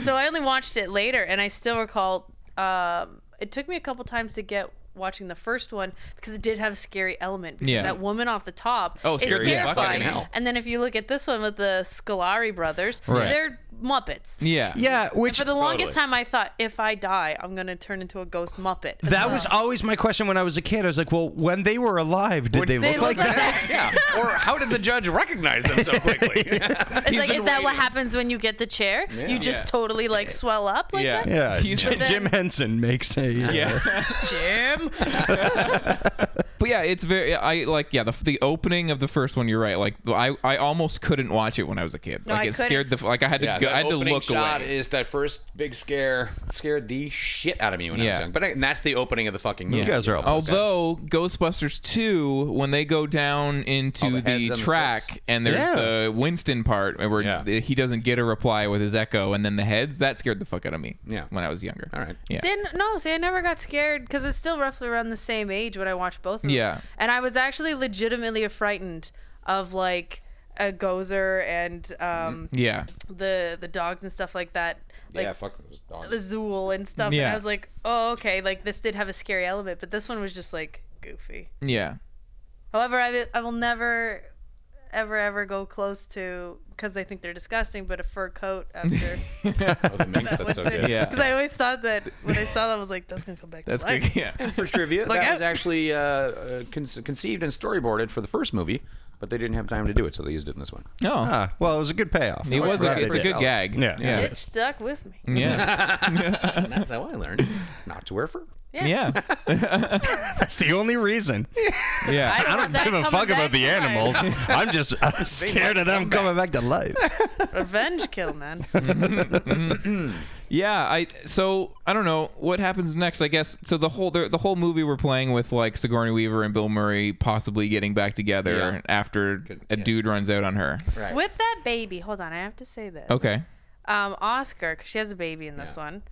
so I only watched it later, and I still recall. Um, it took me a couple times to get watching the first one because it did have a scary element because
Yeah.
that woman off the top
Oh,
is
scary
as fuck, I
terrifying.
can tell.
And then if you look at this one with the Scolari brothers,
Right.
they're Muppets.
yeah,
Yeah,
And
which
for the longest time, I thought if I die, I'm gonna turn into a ghost Muppet.
that was always my question when I was a kid. I was like, well, when they were alive, did they,
they
look like
look like
that?
yeah. Or how did the judge recognize them so quickly?
It's like, is that what happens when you get the chair? You just
Yeah.
totally like swell up like
Yeah.
that?
Yeah,
He's-
Jim,
But
then-
Jim Henson makes a uh,
yeah.
Jim.
But yeah, it's very. I like yeah the the opening of the first one. You're right. Like I, I almost couldn't watch it when I was a kid.
No,
like
I
it
couldn't.
scared the. Like I had to
Yeah,
go,
that
I had to
opening
look
shot
away.
is that first big scare scared the shit out of me when I
Yeah.
was young. But I, and that's the opening of the fucking movie.
You guys are all
Although Ghostbusters 2, when they go down
All
into
the
the,
heads on the
track
sticks.
and there's
Yeah.
the Winston part where
Yeah.
he doesn't get a reply with his echo and then the heads, that scared the fuck out of me
Yeah.
when I was younger.
All right.
Yeah.
See, I n- no, see, I never got scared because I'm still roughly around the same age when I watched both of them.
Yeah.
And I was actually legitimately frightened of like a gozer and um,
Yeah.
the the dogs and stuff like that. Like,
yeah, fuck those dogs.
The Zool and stuff. And
Yeah.
I was like, oh, okay. Like, this did have a scary element, but this one was just like goofy.
Yeah.
However, I, will- I will never, ever, ever go close to because they think they're disgusting. But a fur coat after
Oh, the minx, that's so good.
Yeah.
because I always thought that when I saw that I was like, that's gonna come back.
That's
to life.
good. Yeah.
First trivia
Look
that
out.
was actually uh, uh, con- conceived and storyboarded for the first movie, but they didn't have time to do it, so they used it in this one.
No.
Ah, well, it was a good payoff.
it was
Glad
a,
they
it's a
did.
good gag.
Yeah.
Yeah.
It stuck with me.
Yeah.
And that's how I learned not to wear fur.
Yeah.
That's the only reason.
Yeah.
I
I don't
want that
give a
coming
fuck about
back
the
to life.
animals. I'm just I'm scared of them coming back to life.
Revenge kill, man.
Yeah, I so I don't know what happens next. I guess so. The whole the, the whole movie we're playing with like Sigourney Weaver and Bill Murray possibly getting back together
Yeah.
after a
yeah.
dude runs out on her.
Right.
With that baby, hold on, I have to say this.
Okay.
Um, Oscar, because she has a baby in this one.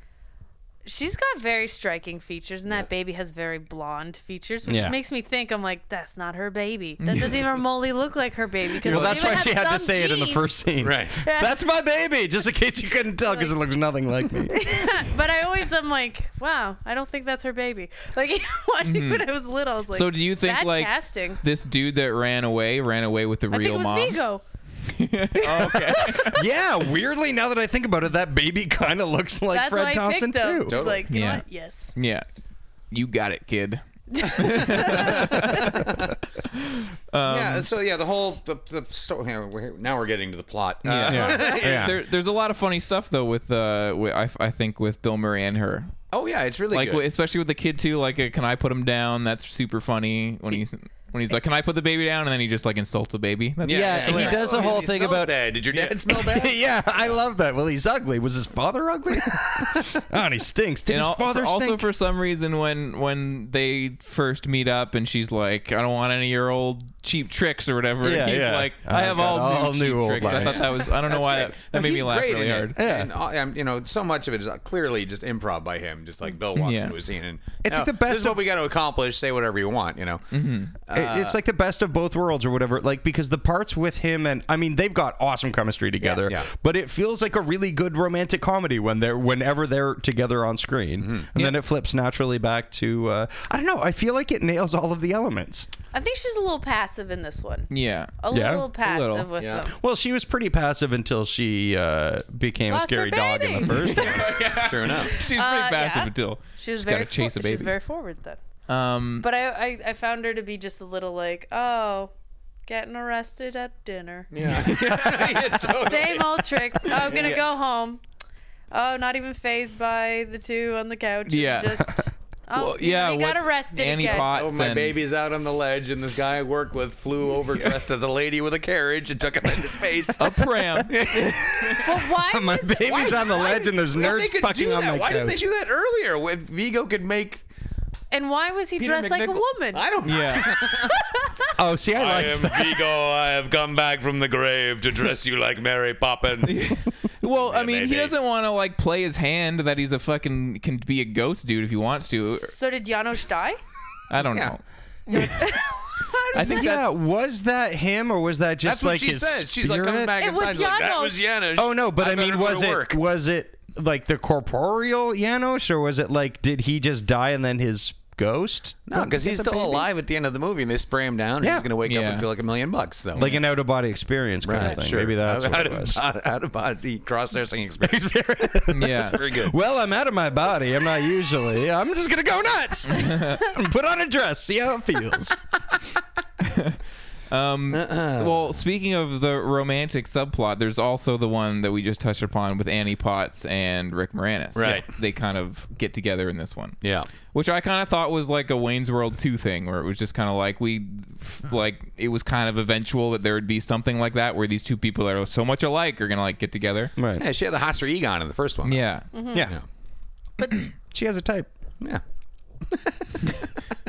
She's got very striking features, and that baby has very blonde features, which
Yeah.
makes me think I'm like, that's not her baby. That doesn't even remotely look like her baby. 'cause
Well,
they
that's
even
why she
have
had to
some
say it in the
genes.
first scene.
Right.
That's my baby, just in case you couldn't tell because it looks nothing like me.
But I always am like, wow, I don't think that's her baby. Like watching when I was little, I was like,
Mm-hmm. So do you think
bad
like
casting?
this dude that ran away ran away with the
I think
real
it was
mom? Oh,
Vigo.
yeah, weirdly, now that I think about it, that baby kind of looks like
That's
Fred
why I
Thompson,
picked him.
too.
It's like, you know
Yeah.
what? Yes.
Yeah. You got it, kid.
Um,
yeah. So yeah, the whole the, the so, yeah, we're, now we're getting to the plot. Uh,
Yeah.
There, there's a lot of funny stuff though with uh with, I, I think with Bill Murray and her.
Oh yeah, it's really
Like
good.
especially with the kid too. Like, uh, can I put him down? That's super funny when he's when he's like, can I put the baby down? And then he just like insults the baby. That's
Yeah,
it's
he
hilarious.
does a
Oh,
whole
he
thing
smells
about-
bad. Did your dad smell bad?
yeah, I love that. Well, he's ugly. Was his father ugly? oh, and he stinks. Did
and
his
al-
father
also
stink?
for some reason when when they first meet up and she's like i don't want any of your old cheap tricks or whatever
Yeah,
and he's
yeah.
like i
Oh,
have
God,
all,
all
new,
new
cheap
old
tricks i
lines.
thought that was i don't know
That's
why
great.
that,
No,
that made me
he's
laugh
great
really
in it.
hard
Yeah.
And, uh, I'm- you know, so much of it is uh, clearly just improv by him. Just like Bill walks
Yeah.
into a scene and
It's
"Now,
like the best
This is what
of- Mm-hmm.
we got to accomplish. Say whatever you want. You know.
It-
uh,
it's like the best of both worlds or whatever like because the parts with him and i mean they've got awesome chemistry together
yeah.
but it feels like a really good romantic comedy when they're whenever they're together on screen
Mm-hmm.
and then it flips naturally back to uh, i don't know i feel like it nails all of the elements
I think she's a little passive in this one.
yeah
A
Yeah? A
little passive
little,
with
yeah.
them.
well she was pretty passive until she uh, became
Lost
a scary
her
dog in the
baby.
first one
True enough.
she's pretty
Uh,
passive
yeah.
until
She was
she's
very
gotta chase
for-
a baby
She was very forward then.
um
But I, I I found her to be just a little like, oh, getting arrested at dinner.
Yeah. Yeah, totally.
Same old tricks. Oh, I'm gonna go home. Oh, not even phased by the two on the couch. and
Yeah.
Just oh,
well,
yeah.
yeah
He got
what
arrested
Annie
again.
Potts
Oh, my
and-
baby's out on the ledge, and this guy I worked with flew over dressed as a lady with a carriage and took him into space.
a pram
But why?
my
was it-
baby's on the ledge and there's
If
nerds
they could
fucking
do
on
that,
my
Why didn't they
couch
do that earlier? If Vigo could make
And why was he
Peter
dressed like a
McNichol-
woman?
I don't know.
Yeah.
Oh, see, I
I
like
am
that.
Vigo. I have come back from the grave to dress you like Mary Poppins.
Well, I
Yeah,
mean,
maybe.
he doesn't want to like play his hand that he's a fucking can be a ghost dude if he wants to.
so did Janos die?
I don't
Yeah.
know. I think
yeah,
that's
was that him or was that
That's
just
what
like
she
his
says. She's like coming
spirit?
back
It was
inside. Like, that
Janos.
was Janos.
Oh no, but I,
better
mean,
go to
was it
work.
was it like the corporeal Janos or was it like did he just die and then his ghost?
No, because he's still alive at the end of the movie, and they spray him down, and
Yeah.
he's going to wake up
Yeah.
and feel like a million bucks, though.
Like an out of body experience kind of
Right,
thing.
sure.
Maybe that's
out,
what it
out
was.
Of, out, out of body cross-dressing experience.
yeah.
Very good.
Well, I'm out of my body. I'm not usually. I'm just gonna go nuts. Put on a dress. See how it feels.
Well, speaking of the romantic subplot, there's also the one that we just touched upon with Annie Potts and Rick Moranis.
Right.
They kind of get together in this one.
Yeah.
Which I kind of thought was like a Wayne's World 2 thing where it was just kind of like we like it was kind of eventual that there would be something like that where these two people that are so much alike are going to like get together.
Right.
Yeah, she had the Hosser Egon in the first one.
Yeah.
Yeah.
Yeah.
She has a type.
Yeah.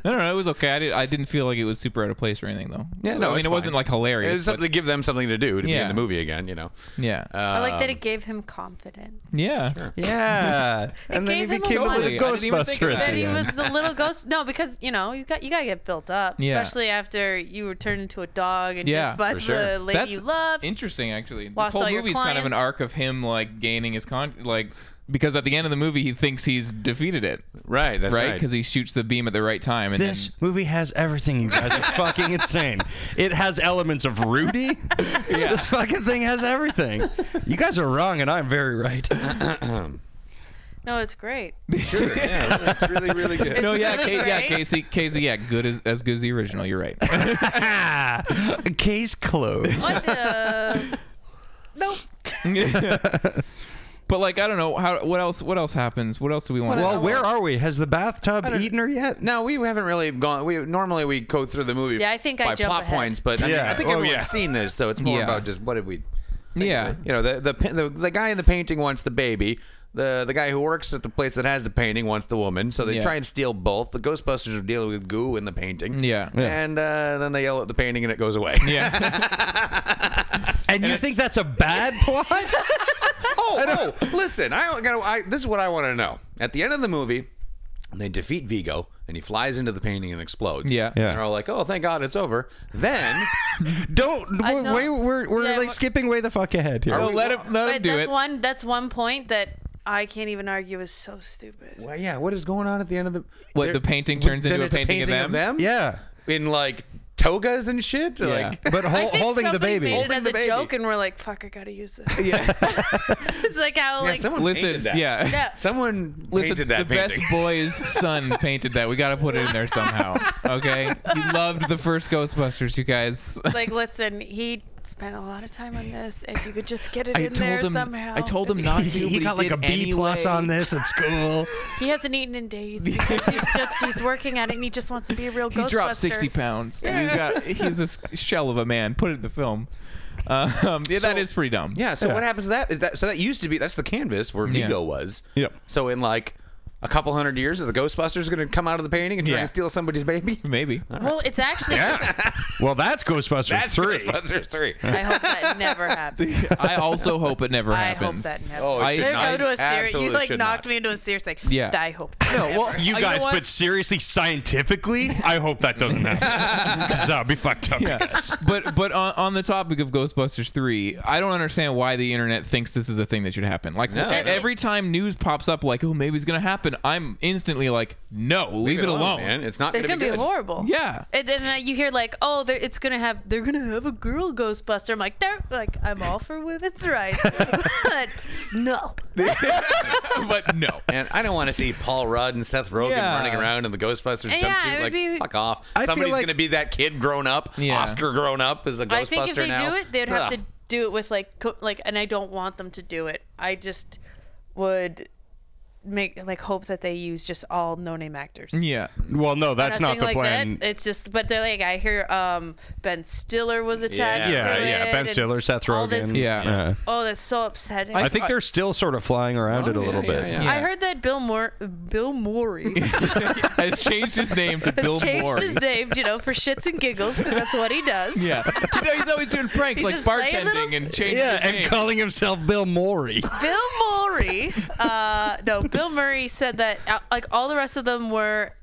No, no, no, it was okay. I, did, I didn't feel like it was super out of place or anything though.
Yeah, no,
I mean
it's
it wasn't
fine.
like hilarious.
It was something uh, to give them something to do to be
Yeah.
in the movie again, you know.
but- yeah.
I like that it gave him confidence.
yeah.
Yeah. and then he
gave him a
became a
lot.
little
Totally. I didn't even think
Ghostbuster
of
at
that.
That
the
he
end.
was the little ghost. No, because you know you got you gotta get built up,
Yeah.
especially after you were turned into a dog and
Yeah,
just by
for sure.
the lady you loved.
Interesting, actually. this
Lost
whole
all your
movie's kind of an
clients.
arc of him like gaining his con, like because at the end of the movie he thinks he's defeated it,
Right, that's
right?
right.
Because he shoots the beam at the right time, and
This movie has everything. You guys are fucking insane. It has elements of Rudy. This fucking thing has everything. You guys are wrong, and I'm very right.
no, it's great.
sure. Yeah, it's really, really good.
then no, yeah,
really
Ca- yeah,
great.
Casey, Casey, yeah, good as as good as the original. You're right.
Case closed.
What the? Nope.
but like, I don't know how. What else? What else happens? What else do we want?
Well, where are we? Has the bathtub eaten her yet?
No, we haven't really gone. We normally we go through the movie.
Yeah, I think I
by
jump
plot
ahead.
points, but I, mean,
Yeah.
I think
Oh,
everyone's
yeah.
seen this, so it's more
Yeah.
about just what did we?
yeah,
You know, the the pin- the, the guy in the painting wants the baby. The the guy who works at the place that has the painting wants the woman. So they
Yeah.
try and steal both. The Ghostbusters are dealing with goo in the painting.
Yeah. Yeah.
and uh, then they yell at the painting and it goes away.
yeah.
And you think that's a bad plot?
oh, oh, listen, I got. I, this is what I want to know. At the end of the movie, they defeat Vigo, and he flies into the painting and explodes.
Yeah.
and
Yeah.
they're all like, "Oh, thank God, it's over." Then,
Don't.
I
We're,
know.
we're, we're, we're
Yeah,
like
we're-
skipping way the fuck ahead here.
Well, let him let him
But
do
that's
it.
one. That's one point that I can't even argue is so stupid.
well, yeah, what is going on at the end of the?
What,
They're-
the painting turns
then
into a
it's
painting of them?
yeah.
in like togas and shit. Like,
But
I
hol-
think
holding the
somebody
baby.
made it
Holding
as
the
a
baby.
joke, and we're like, "Fuck, I gotta use this."
yeah,
it's like how
yeah,
like
someone
Listen,
painted that.
yeah.
yeah.
someone
Listen,
painted that
the
painting.
best boy's son painted that. We got to put it in there somehow. Okay, he loved the first Ghostbusters, you guys.
like listen, he spent a lot of time on this. If you could just get it
I
in there
told him.
somehow,
I told him
If-
not to.
He,
but
got like
did
a B plus
anyway.
on this at school.
He hasn't eaten in days because he's just he's working at it and he just wants to be a real
He
Ghostbuster.
dropped sixty pounds. He's got. He's a s- shell of a man. Put it in the film. Uh, Um, yeah, that
So-
is pretty dumb.
Yeah. So
Yeah.
what happens to that? Is that? So that used to be that's the canvas where
Yeah.
Vigo was.
Yep.
So in like a couple hundred years, are the Ghostbusters going to come out of the painting and try
Yeah.
and steal somebody's baby?
Maybe.
Well, it's actually.
Well, that's Ghostbusters
That's
three.
Ghostbusters three.
I hope that never happens.
I also hope it never
I hope
happens.
that never.
Oh, it
I-
should
There
not.
go to a serious.
Absolutely
You like
should
knocked
not.
me into a serious like.
Yeah.
I hope. that never
well,
happens.
You
Uh, you
guys,
know what?
but seriously, scientifically, I hope that doesn't happen. 'Cause that would be fucked up.
Yeah. but but on, on the topic of Ghostbusters three, I don't understand why the internet thinks this is a thing that should happen. Like
No.
e- every time news pops up, like oh maybe it's gonna happen, I'm instantly like no, leave, it alone.
man. It's not going
It's
to
gonna
be,
be
good.
horrible.
Yeah.
And then uh, you hear like, oh, they're, it's gonna have, they're gonna have a girl Ghostbuster. I'm like, they're like, I'm all for women's rights, but no.
but no.
And I don't want to see Paul Rudd and Seth Rogen
Yeah.
running around in the Ghostbusters
Yeah, it
jumpsuit.
would
Like,
be-
fuck off.
I feel
Somebody's
like-
going to be that kid grown up,
Yeah.
Oscar grown up as a Ghostbuster
I think if they
now.
do it, they'd have
Ugh.
to do it with like, co- like, and I don't want them to do it. I just would make like hope that they use just all no name actors.
Yeah.
Well, no, that's not
Nothing
the
like
plan.
That. It's just, but they're like, I hear um, Ben Stiller was attached.
Yeah,
to
yeah,
it
Ben
and
Stiller, Seth
all this-
Rogen.
Yeah.
Yeah.
Oh, that's so upsetting.
I
I,
think they're still sort of flying around it a
yeah,
little
yeah,
bit.
yeah.
Yeah.
heard that Bill Moore, Bill Morey,
Has changed his name to
has
Bill
changed
Moore.
his name, you know, for shits and giggles, because that's what he does.
Yeah. You know, he's always doing pranks
He's
like
just playing little-
bartending and changing
Yeah,
his
and
name.
calling himself Bill Morey.
Bill Murray, uh, no, Bill Murray said that uh, like all the rest of them were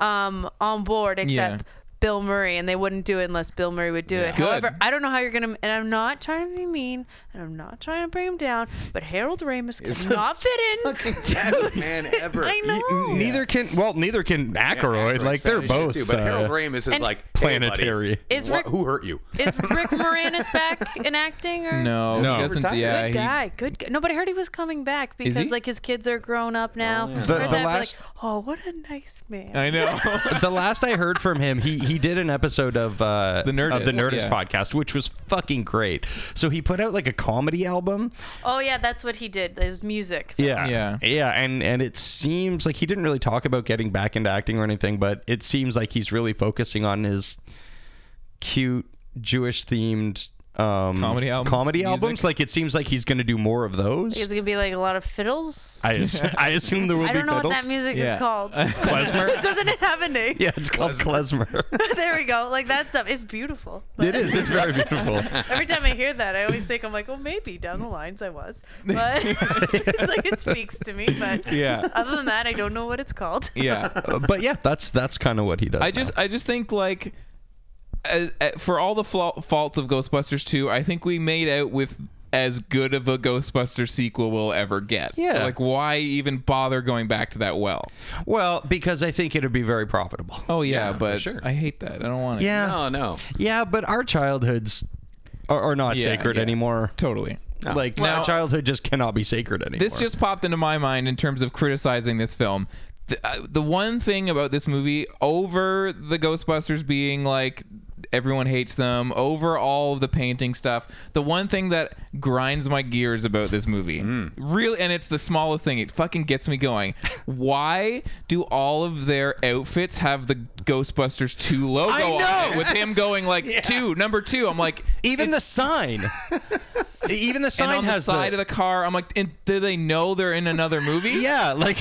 um, on board except
Yeah.
Bill Murray, and they wouldn't do it unless Bill Murray would do it.
Good.
However, I don't know how you're gonna, and I'm not trying to be mean, and I'm not trying to bring him down, but Harold Ramis
It's
could not fit in.
fucking saddest man ever.
I know.
Neither can well, neither can Aykroyd.
Aykroyd's
like they're
bad as shit,
both.
too, but Harold
uh,
Ramis is
And-
like hey,
planetary.
buddy,
Is
wha-
Rick-
who hurt you?
Is Rick Moranis back in acting? Or?
No,
No.
he doesn't.
Retired.
Yeah,
Uh,
Good
he-
guy, good guy. No, but I heard he was coming back because
he?
like his kids are grown up now.
The-
Heard
the
that, but, like,
last-
oh, what a nice man.
I know.
the last I heard from him, he he did an episode of uh,
The Nerdist,
of the Nerdist
yeah.
podcast, which was fucking great. So he put out like a comedy album.
Oh yeah, that's what he did. His music.
Yeah,
Yeah.
yeah, and and it seems like he didn't really talk about getting back into acting or anything, but it seems like he's really focusing on his cute Jewish themed. Um,
Comedy albums,
comedy
music.
albums. Like it seems like he's going to do more of those.
It's gonna be like a lot of fiddles. I,
I, as- I assume there will be
don't know
fiddles.
what that music
Yeah.
is called. Klezmer. Doesn't it have a name?
Yeah, it's called klezmer.
there we go. Like that stuff. It's beautiful. But
it is. It's very beautiful.
Every time I hear that, I always think I'm like, well, maybe down the lines I was, but it's like it speaks to me. But
Yeah.
other than that, I don't know what it's called.
yeah.
Uh, But yeah, that's that's kind of what he does.
I just I just think like as, uh, for all the flaw faults of Ghostbusters 2, I think we made out with as good of a Ghostbusters sequel we'll ever get. So,
Yeah.
like why even bother going back to that well?
now. well because I think it'd be very profitable.
Oh yeah,
for
but
sure.
I hate that. I don't want it.
Yeah,
No, no.
yeah, but our childhoods are, are not
Yeah,
sacred
yeah.
anymore.
Totally.
Like
Now-
our childhood just cannot be sacred anymore.
This just popped into my mind in terms of criticizing this film. The, uh, the one thing about this movie, over the Ghostbusters being like everyone hates them, over all of the painting stuff, the one thing that grinds my gears about this movie,
Hmm.
really, and it's the smallest thing, it fucking gets me going. Why do all of their outfits have the Ghostbusters 2 logo
I
on
know!
it with him going like two, number two? I'm like,
even the sign, even the
and
sign
on the
has
side of the car, I'm like, and do they know they're in another movie?
yeah, like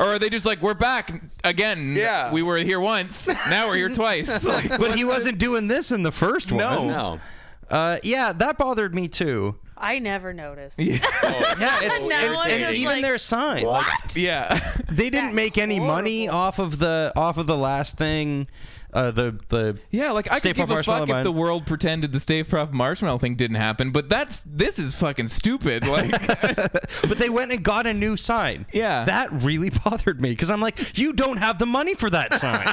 Or are they just like, we're back again?
Yeah.
We were here once. Now we're here twice. Like,
but he wasn't doing this in the first one.
No.
Uh, yeah, that bothered me too.
I never noticed.
Yeah, it's,
No, it's
and
just
even
like-
their sign.
yeah.
they didn't
That's
make any money
horrible.
off of the off of the last thing uh the the
Yeah, like I
Stay
could give
Puft
a
Marshmallow
fuck if
Bun.
the world pretended the Stave Puft Marshmallow thing didn't happen, but that's this is fucking stupid. Like,
but they went and got a new sign
Yeah.
that really bothered me because i'm like you don't have the money for that sign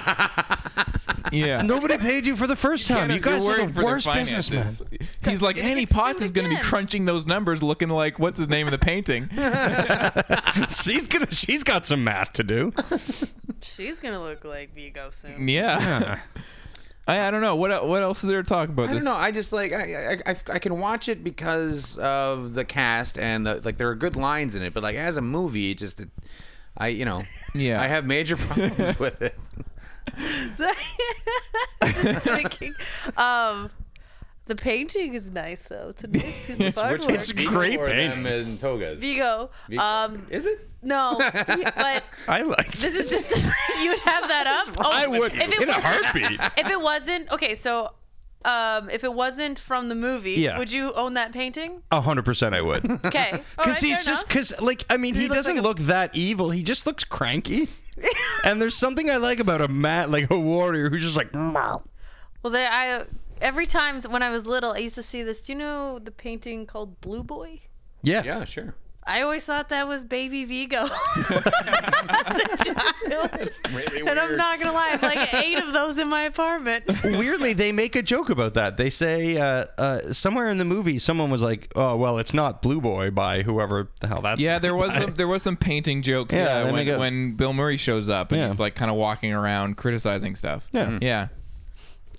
yeah.
nobody paid you for the first time you
You're
guys are
worried
the
for their
worst
finances.
businessmen
He's like, Annie
get sued
Potts is going to be
again.
crunching those numbers, looking like what's his name in the painting.
she's gonna she's got some math to do
She's gonna look like Vigo soon.
yeah. I, I don't know what el- what else is there to talk about.
I
this
don't know. I just like I, I I I can watch it because of the cast and the like. There are good lines in it, but like as a movie, it just I you know
Yeah.
I have major problems with it.
thinking. Um, the painting is nice though. It's a nice piece of artwork.
It's great painting.
in togas.
Vigo. Um,
Is it?
no, but
i like
this is just you'd have that up. Oh,
i would
If it,
in a
was,
heartbeat
if it wasn't okay, so um, if it wasn't from the movie,
Yeah.
would you own that painting?
a hundred percent i would because
Okay, because
he's just because like i mean he,
looks
doesn't
like a-
look that evil he just looks cranky and there's something i like about a mat like a warrior who's just like "Meow."
well, they, I every time when I was little, I used to see this. Do you know the painting called Blue Boy?
Yeah, sure.
I always thought that was baby Vigo. As a child.
Really
And I'm
weird.
not gonna lie, I have like eight of those in my apartment.
Weirdly, they make a joke about that. They say uh, uh, somewhere in the movie, someone was like, "Oh, well, it's not Blue Boy by whoever the hell that's."
Yeah, there was some, there was some painting jokes.
Yeah,
Yeah,
they
when,
make a-
when Bill Murray shows up and
Yeah.
he's like kind of walking around criticizing stuff. Mm-hmm.
Yeah.
yeah.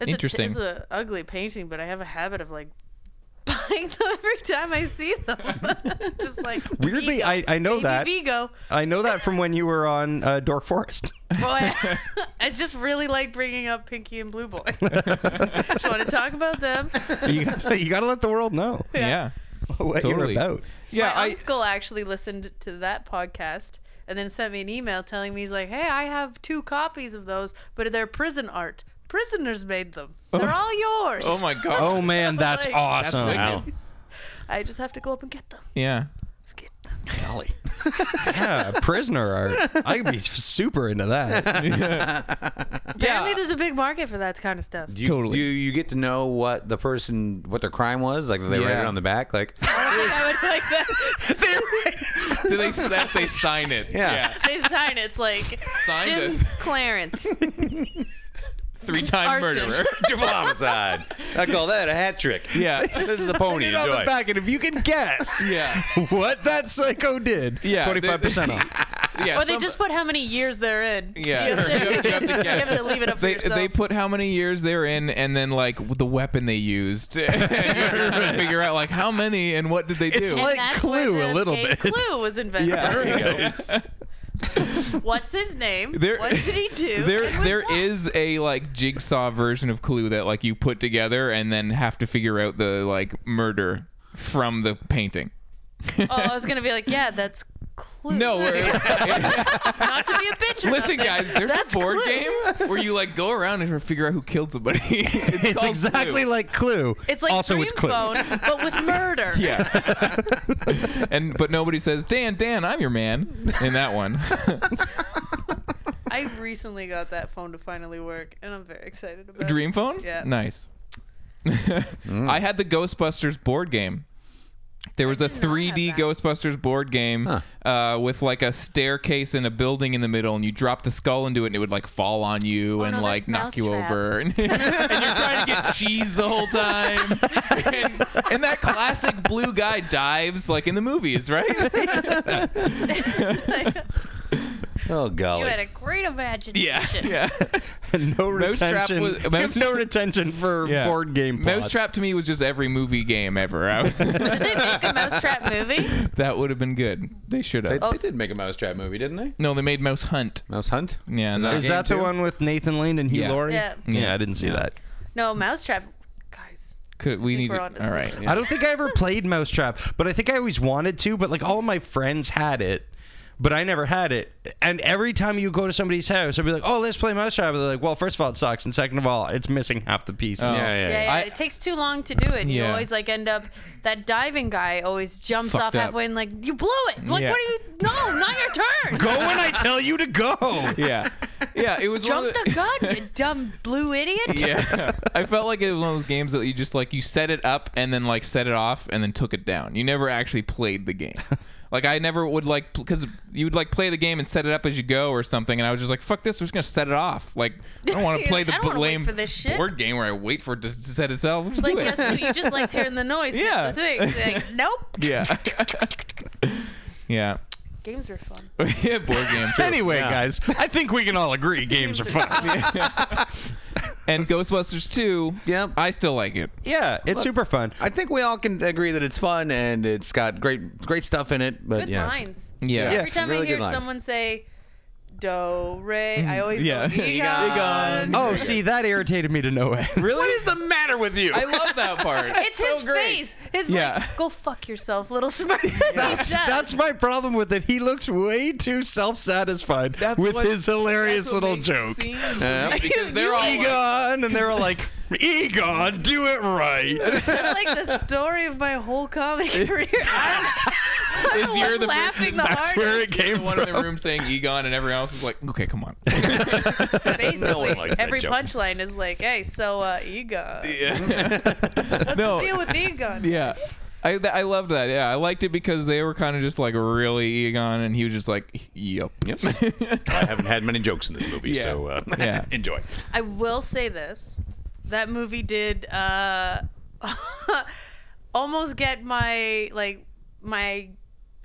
It's
Interesting.
A, it's an ugly painting, but I have a habit of like like them every time I see them. Just like
Weirdly, I, I know
baby
that.
Vigo.
I know that from when you were on uh, Dork Forest.
Boy, I just really like bringing up Pinky and Blue Boy. just want to talk about them.
you, gotta, you gotta let the world know
yeah.
what
Totally.
you're about.
Yeah,
My
I
uncle actually listened to that podcast and then sent me an email telling me he's like, "Hey, I have two copies of those, but they're prison art. Prisoners made them. They're all yours.
Oh my god.
Oh man, that's
Like, that's
awesome.
wicked.
I just have to go up and get them.
Yeah.
Get them.
yeah, prisoner art. I could be super into that.
Apparently, there's a big market for that kind of stuff.
Do you,
Totally.
do you get to know what the person, what their crime was? Like, did they write
Yeah.
it on the back? Like,
I would like that.
Do they that they sign it?
Yeah.
They sign it. It's like
Signed
Jim
it.
Clarence.
Three time
Arson.
murderer.
triple homicide. I call that a hat trick.
Yeah.
This is a pony.
Get on the
Enjoy.
back, and if you can guess
Yeah.
what that psycho did,
Yeah,
twenty five percent off.
Yeah.
Or they
some-
just put how many years they're in.
Yeah.
You have to, you have to leave it up for
they,
yourself.
they put how many years they're in and then like the weapon they used to figure out like how many and what did they do
It's like
That's
Clue
where
a
the
little
game
bit.
Clue was invented.
Yeah.
What's his name?
There-
what did he do?
there
And when-
there is a like jigsaw version of clue that like you put together and then have to figure out the like murder from the painting
oh, I was gonna be like, yeah, that's Clue.
no we're-
not to be a bitch. about
listen
this.
guys there's
That's
a board
Clue.
game where you like go around and figure out who killed somebody it's,
It's
called
exactly
Clue.
like Clue.
It's like
also
Dream
it's Clue.
Phone, but with murder.
yeah and but nobody says dan dan i'm your man in that one
I recently got that phone to finally work, and I'm very excited about it.
Dream phone?
Yeah.
Nice. I had the Ghostbusters board game. There was a
did not have
3D
that.
Ghostbusters board game uh, with like a staircase and a building in the middle, and you drop the skull into it, and it would like fall on you and
Oh, no,
like
that's
knock you
Mousetrap.
over, and, and you're trying to get cheese the whole time. And, and that classic blue guy dives like in the movies, right?
Oh golly.
You had a great imagination.
yeah.
no
Mousetrap
retention.
was- Mouse-
no retention for
Yeah.
board game plots.
Mousetrap to me was just every movie game ever. I-
Did they make a mousetrap movie?
that would have been good. They should have.
They,
Oh.
they did make a mousetrap movie, didn't they?
No, they made Mouse Hunt.
Mouse Hunt.
Yeah,
Is that,
no.
a
Is
game
that the
too?
one with Nathan Lane and Hugh
Yeah.
Laurie?
Yeah.
yeah, I didn't see that.
No, mousetrap. Guys,
Could we need?
we're
to-
onto
All right.
something.
I don't think I ever played Mousetrap, but I think I always wanted to. But like all my friends had it, but I never had it. And every time you go to somebody's house, I'd be like, "Oh, let's play Mousetrap." And they're like, "Well, first of all, it sucks, and second of all, it's missing half the pieces."
Oh.
Yeah, yeah.
Yeah, yeah.
I-
it takes too long to do it. and You
Yeah.
always like end up that diving guy always jumps
Fucked
off
up.
halfway and like you blew it. Like
Yeah.
what are you? No, not your turn.
Go when I tell you to go.
Yeah. Yeah. It was one
Jump
of
the gun, you dumb blue idiot.
Yeah. I felt like it was one of those games that you just like you set it up and then like set it off and then took it down. You never actually played the game. Like I never would like because you would like play the game and set it up as you go or something, and I was just like, "Fuck this! We're just gonna set it off." Like I don't want to play the
I don't wanna wait
lame
for this shit.
board game where I wait for it to, to set itself. Just
Like
do it.
guess what? You just liked hearing the noise.
Yeah.
Yeah. The thing. It's Like, nope.
Yeah. yeah.
Games are fun.
yeah. Board games. are-
Anyway, guys, I think we can all agree games are fun.
and Ghostbusters 2.
Yep.
I still like it.
yeah, it's super fun.
I think we all can agree that it's fun and it's got great, great stuff in it. But
Good
yeah,
lines.
Yeah.
Yeah.
Every time
really
I hear
good lines.
someone say do re, I always
Yeah.
go
Egon.
Egon.
Oh, see, that irritated me to no end. Really?
What is the matter with you?
I love that part.
It's his face. His
Yeah.
like, go fuck yourself, little smart.
That's that's my problem with it. He looks way too self-satisfied
That's
with
what-
his hilarious little joke.
Yeah.
because they're all like,
Egon, and they were like, Egon, do it right.
That's like the story of my whole comedy career.
Is
I
you're
was
the
laughing
person-
the
That's
hardest.
where it came
one in the
from.
room saying Egon, and everyone else is like, okay, come on.
Basically,
one likes that
every
joke.
punchline is like, "Hey, so uh, Egon, deal
no,
with Egon."
yeah. I, th- I loved that. Yeah, I liked it because they were kind of just like really Egon, and he was just like, "Yup."
Yep. I haven't had many jokes in this movie,
Yeah.
so uh,
Yeah.
enjoy.
I will say this: that movie did uh, almost get my like my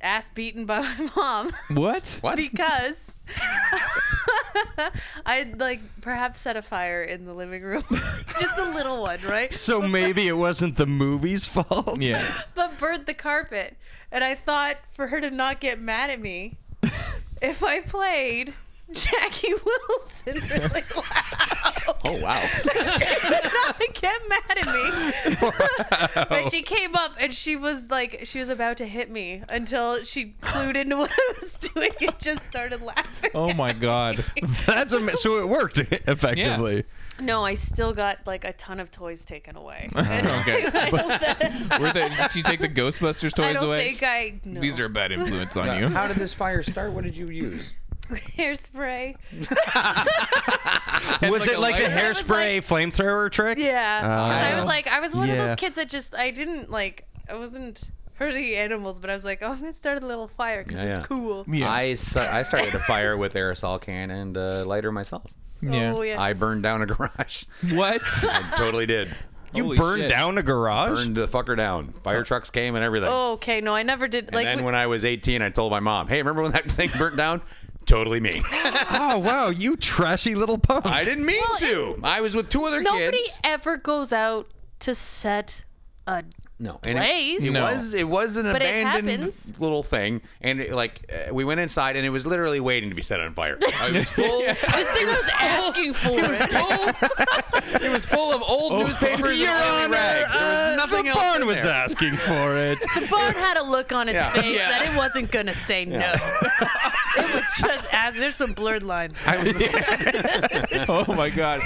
ass beaten by my mom
What?
What?
because I like perhaps set a fire in the living room, just a little one, right?
So maybe it wasn't the movie's fault.
Yeah.
But burnt the carpet, and I thought for her to not get mad at me if I played Jackie Wilson really loud.
Oh wow.
not get mad at me. but she came up and she was like, she was about to hit me until she clued into what I was doing and just started laughing.
Oh my god.
That's am- so it worked effectively.
No, I still got like a ton of toys taken away.
okay.
I don't,
Were they, did you take the Ghostbusters toys
I don't
away?
think I. No.
These are a bad influence
Uh,
on you.
How did this fire start? What did you use?
hairspray.
Was it
like a
like the
lighter?
It was
hairspray flamethrower trick?
Yeah.
Uh,
And I
Oh.
was like, I was one of
Yeah.
those kids that just, I didn't like, I wasn't hurting animals, but I was like, oh, I'm going to start a little fire because
Yeah,
it's
yeah.
cool.
Yeah.
I, sta- I started a fire with aerosol can and uh, lighter myself.
yeah.
Oh, yeah.
I burned down a garage.
What?
I totally did.
You
Holy
burned
shit.
down a garage?
Burned the fucker down. Fire trucks came and everything.
Oh, okay. No, I never did.
and
Like,
then
we-
when I was 18, I told my mom, "Hey, remember when that thing burnt down?" Totally me.
Oh, wow. You trashy little punk.
I didn't mean
Well,
to. I was with two other
Nobody
kids.
ever goes out to set a.
No, and it-
Plays?
It,
No.
was it was an
But it
abandoned
happens.
little thing, and it, like uh, we went inside, and it was literally waiting to be set on fire. I was full.
This thing was asking for
It was
it.
full. It was full of Oh, old newspapers
Your
and oily
Honor,
rags. There uh, was nothing
the
else.
barn
in
was
there.
asking for it.
The barn had a look on its
Yeah.
face
Yeah.
that it wasn't gonna say no. it was just as there's some blurred lines,
I was,
Oh my god.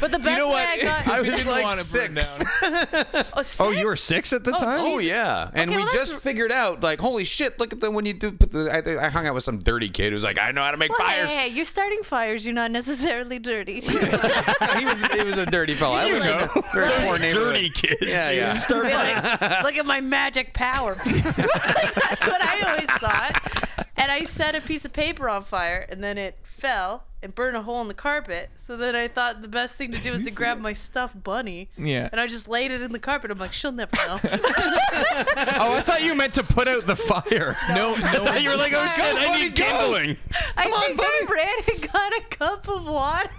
but the best
know
way
what?
I got.
I
We
was
didn't
like
want to burn
six.
down.
Oh, six?
Oh, you were six at the time?
Oh yeah, and
Okay,
we
well, that's-
just figured out like, holy shit! Look at them when you do. Put the, I, think- I hung out with some dirty kid who's like, I know how to make
Well, hey,
fires.
hey, you're starting fires. You're not necessarily dirty.
he was he was a dirty fella. I
You
lived in a
know.
very
Those
poor neighborhood.
Dirty kids.
Yeah,
You
yeah.
start
Like, look at my magic power. That's what I always thought. And I set a piece of paper on fire, and then it fell and burned a hole in the carpet. So then I thought the best thing to do was to grab my stuffed bunny.
Yeah.
And I just laid it in the carpet. I'm like, she'll never know.
Oh, I thought you meant to put out the fire.
No, no.
I thought you were like, oh shit, I need kindling.
I think I ran and got a cup of water.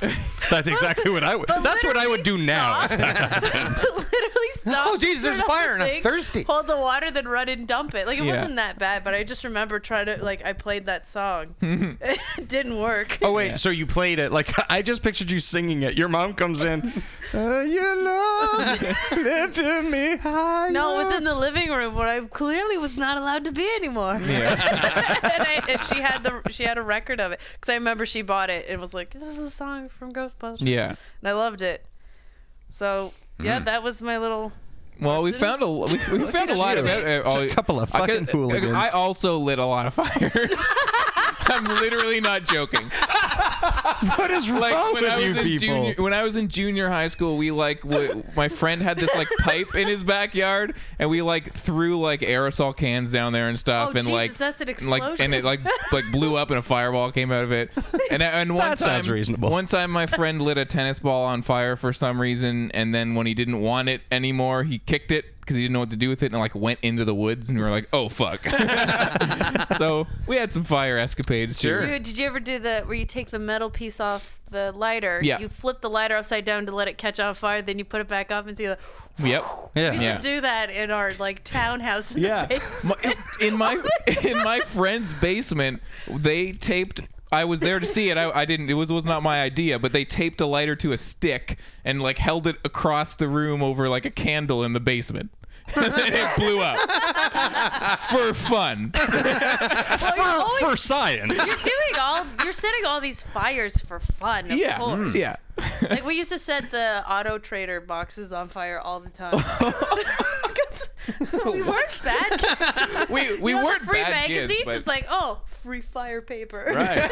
That's exactly what I would.
But
That's what I would do
literally
now.
stopped- literally stop.
Oh, Jesus, there's
turn
a
on the
fire and I'm
thing,
thirsty.
Hold the water, then run and dump it. Like it
Yeah.
wasn't that bad, but I just remember trying to like I played that song. it didn't work.
Oh wait, so you played it? Like I just pictured you singing it. Your mom comes in. Uh, your love lifted me high.
No, it was in the living room where I clearly was not allowed to be anymore. and, I, and she had the she had a record of it because I remember she bought it and was like, "This is a song from Ghostbusters."
Yeah. Hmm.
and I loved it. So yeah, that was my little.
Well, we found a we, we found a
at
lot
you.
of ev-
It's a couple of
I
fucking
could-
hooligans.
I also lit a lot of fires. I'm literally not joking.
What is wrong
like when
with
I
you
was in
people?
junior when I was in junior high school, we like w- my friend had this like pipe in his backyard, and we like threw like aerosol cans down there and stuff,
Oh,
and
Jesus,
like
that's an
and, like and it
explosion.
like like blew up, and a fireball came out of it. And and one
That
time,
sounds reasonable.
One time, my friend lit a tennis ball on fire for some reason, and then when he didn't want it anymore, he kicked it because he didn't know what to do with it, and like went into the woods, and we were like, oh fuck. so we had some fire escapades. too.
Sure.
Dude, did you ever do the where you take the metal piece off the lighter?
Yeah.
You flip the lighter upside down to let it catch on fire, then you put it back up and see the.
Yep.
Yeah.
We used
Yeah.
to do that in our like townhouse. In
Yeah.
The basement.
my, in my in my friend's basement, they taped. I was there to see it. I, I didn't. It was was not my idea, but they taped a lighter to a stick and like held it across the room over like a candle in the basement. and it blew up for fun.
for, for science.
You're doing all. You're setting all these fires for fun. Of
Yeah, Hmm. Mm.
Course.
yeah.
Like we used to set the auto trader boxes on fire all the time. 'Cause we weren't bad. Kids.
We we
You know, the
weren't
free
bad
magazines.
kids, but
It's like, oh, free fire paper.
Right.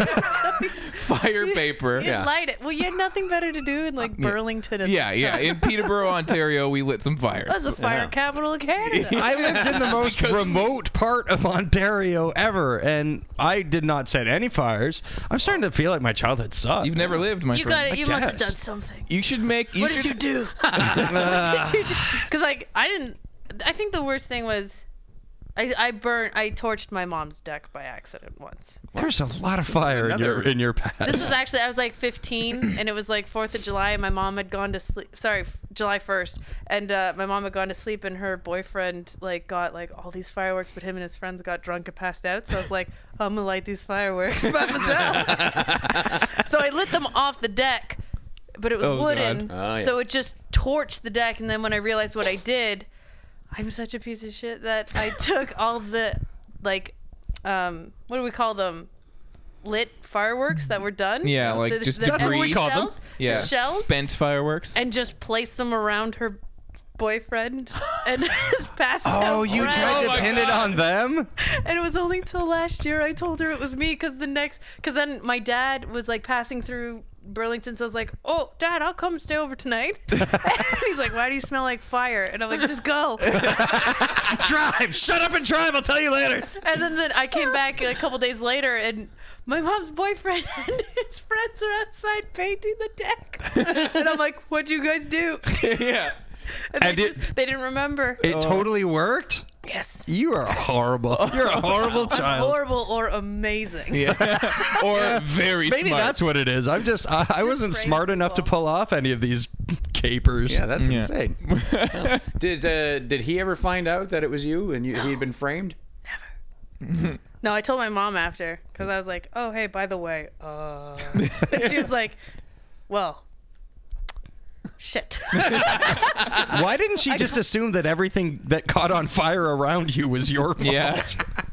fire paper.
You light it. Well, you had nothing better to do in like Burlington. At
Uh, yeah,
this
yeah.
time.
In Peterborough, Ontario, we lit some
That's
fires.
the fire capital of Canada.
I lived in the most remote part of Ontario ever, and I did not set any fires. I'm starting to feel like my childhood sucked.
You've never lived, my
you
friend.
got it. You
I
must have
guess.
done something.
You should make. You
what
should,
did you do? what did you do? Because like I didn't. I think the worst thing was I, I burnt, I torched my mom's deck by accident once.
There's a lot of fire in your
another-
in your past.
This was actually, I was like 15 and it was like 4th of July and my mom had gone to sleep. Sorry, f- July 1st. And uh, my mom had gone to sleep and her boyfriend like got like all these fireworks, but him and his friends got drunk and passed out. So I was like, I'm going to light these fireworks by myself. so I lit them off the deck, but it was
Oh, God.
wooden.
Ah, yeah.
So it just torched the deck. And then when I realized what I did, I'm such a piece of shit that I took all the like um what do we call them? Lit fireworks that were done.
Yeah, like just
That's what we
debris.
call them.
shells,
yeah,
The shells
spent fireworks.
and just placed them around her boyfriend and his past
oh, you tried to
my
pin it
God.
on them?
and it was only till last year I told her it was me because the next because then my dad was like passing through Burlington, so I was like, "Oh, Dad, I'll come stay over tonight." and he's like, "Why do you smell like fire?" And I'm like, "Just go."
drive. Shut up and drive. I'll tell you later.
and then, then I came back a couple days later, and my mom's boyfriend and his friends are outside painting the deck, and I'm like, "What'd you guys do?"
yeah.
And they,
And it-
just, they didn't remember.
It totally worked.
yes.
You are horrible. You're a horrible child.
Horrible or amazing.
or very
Maybe
smart.
that's what it is. I'm just I, I wasn't
brave
smart enough to
people.
pull off any of these capers.
Yeah, that's
Yeah.
insane. Yeah. Did uh, did he ever find out that it was you and you, he'd been framed?
No, I told my mom after because I was like, "Oh, hey, by the way," uh, and she was like, "Well, shit."
Why didn't she just assume that everything that caught on fire around you was your fault?
Yeah.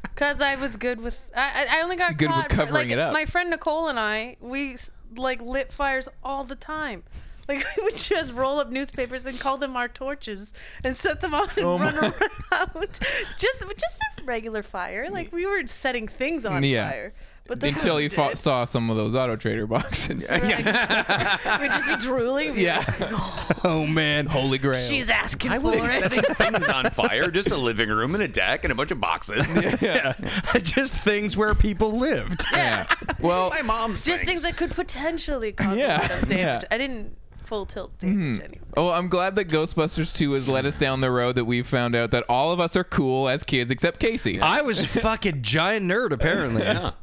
Because I was good with, I, I I only got
Good with
caught,
covering
like,
it up.
My friend Nicole and I, we like lit fires all the time. Like we would just roll up newspapers and call them our torches and set them on and run around. just just a regular fire. Like we were setting things on
Yeah.
fire. But that's
Until
what
you
we
fought,
did.
saw some of those auto trader boxes.
We'd just be drooling.
Yeah.
Oh man.
Holy grail.
She's asking
I
for
was
it.
setting things on fire, just a living room and a deck and a bunch of boxes.
Yeah. just things where people lived.
yeah. Well,
My mom's
Just things that could potentially cause
Yeah,
a lot of damage.
yeah.
I didn't full tilt damage anyway.
Oh, I'm glad that Ghostbusters 2 has led us down the road that we've found out that all of us are cool as kids except Casey.
I was a fucking giant nerd apparently.
Yeah.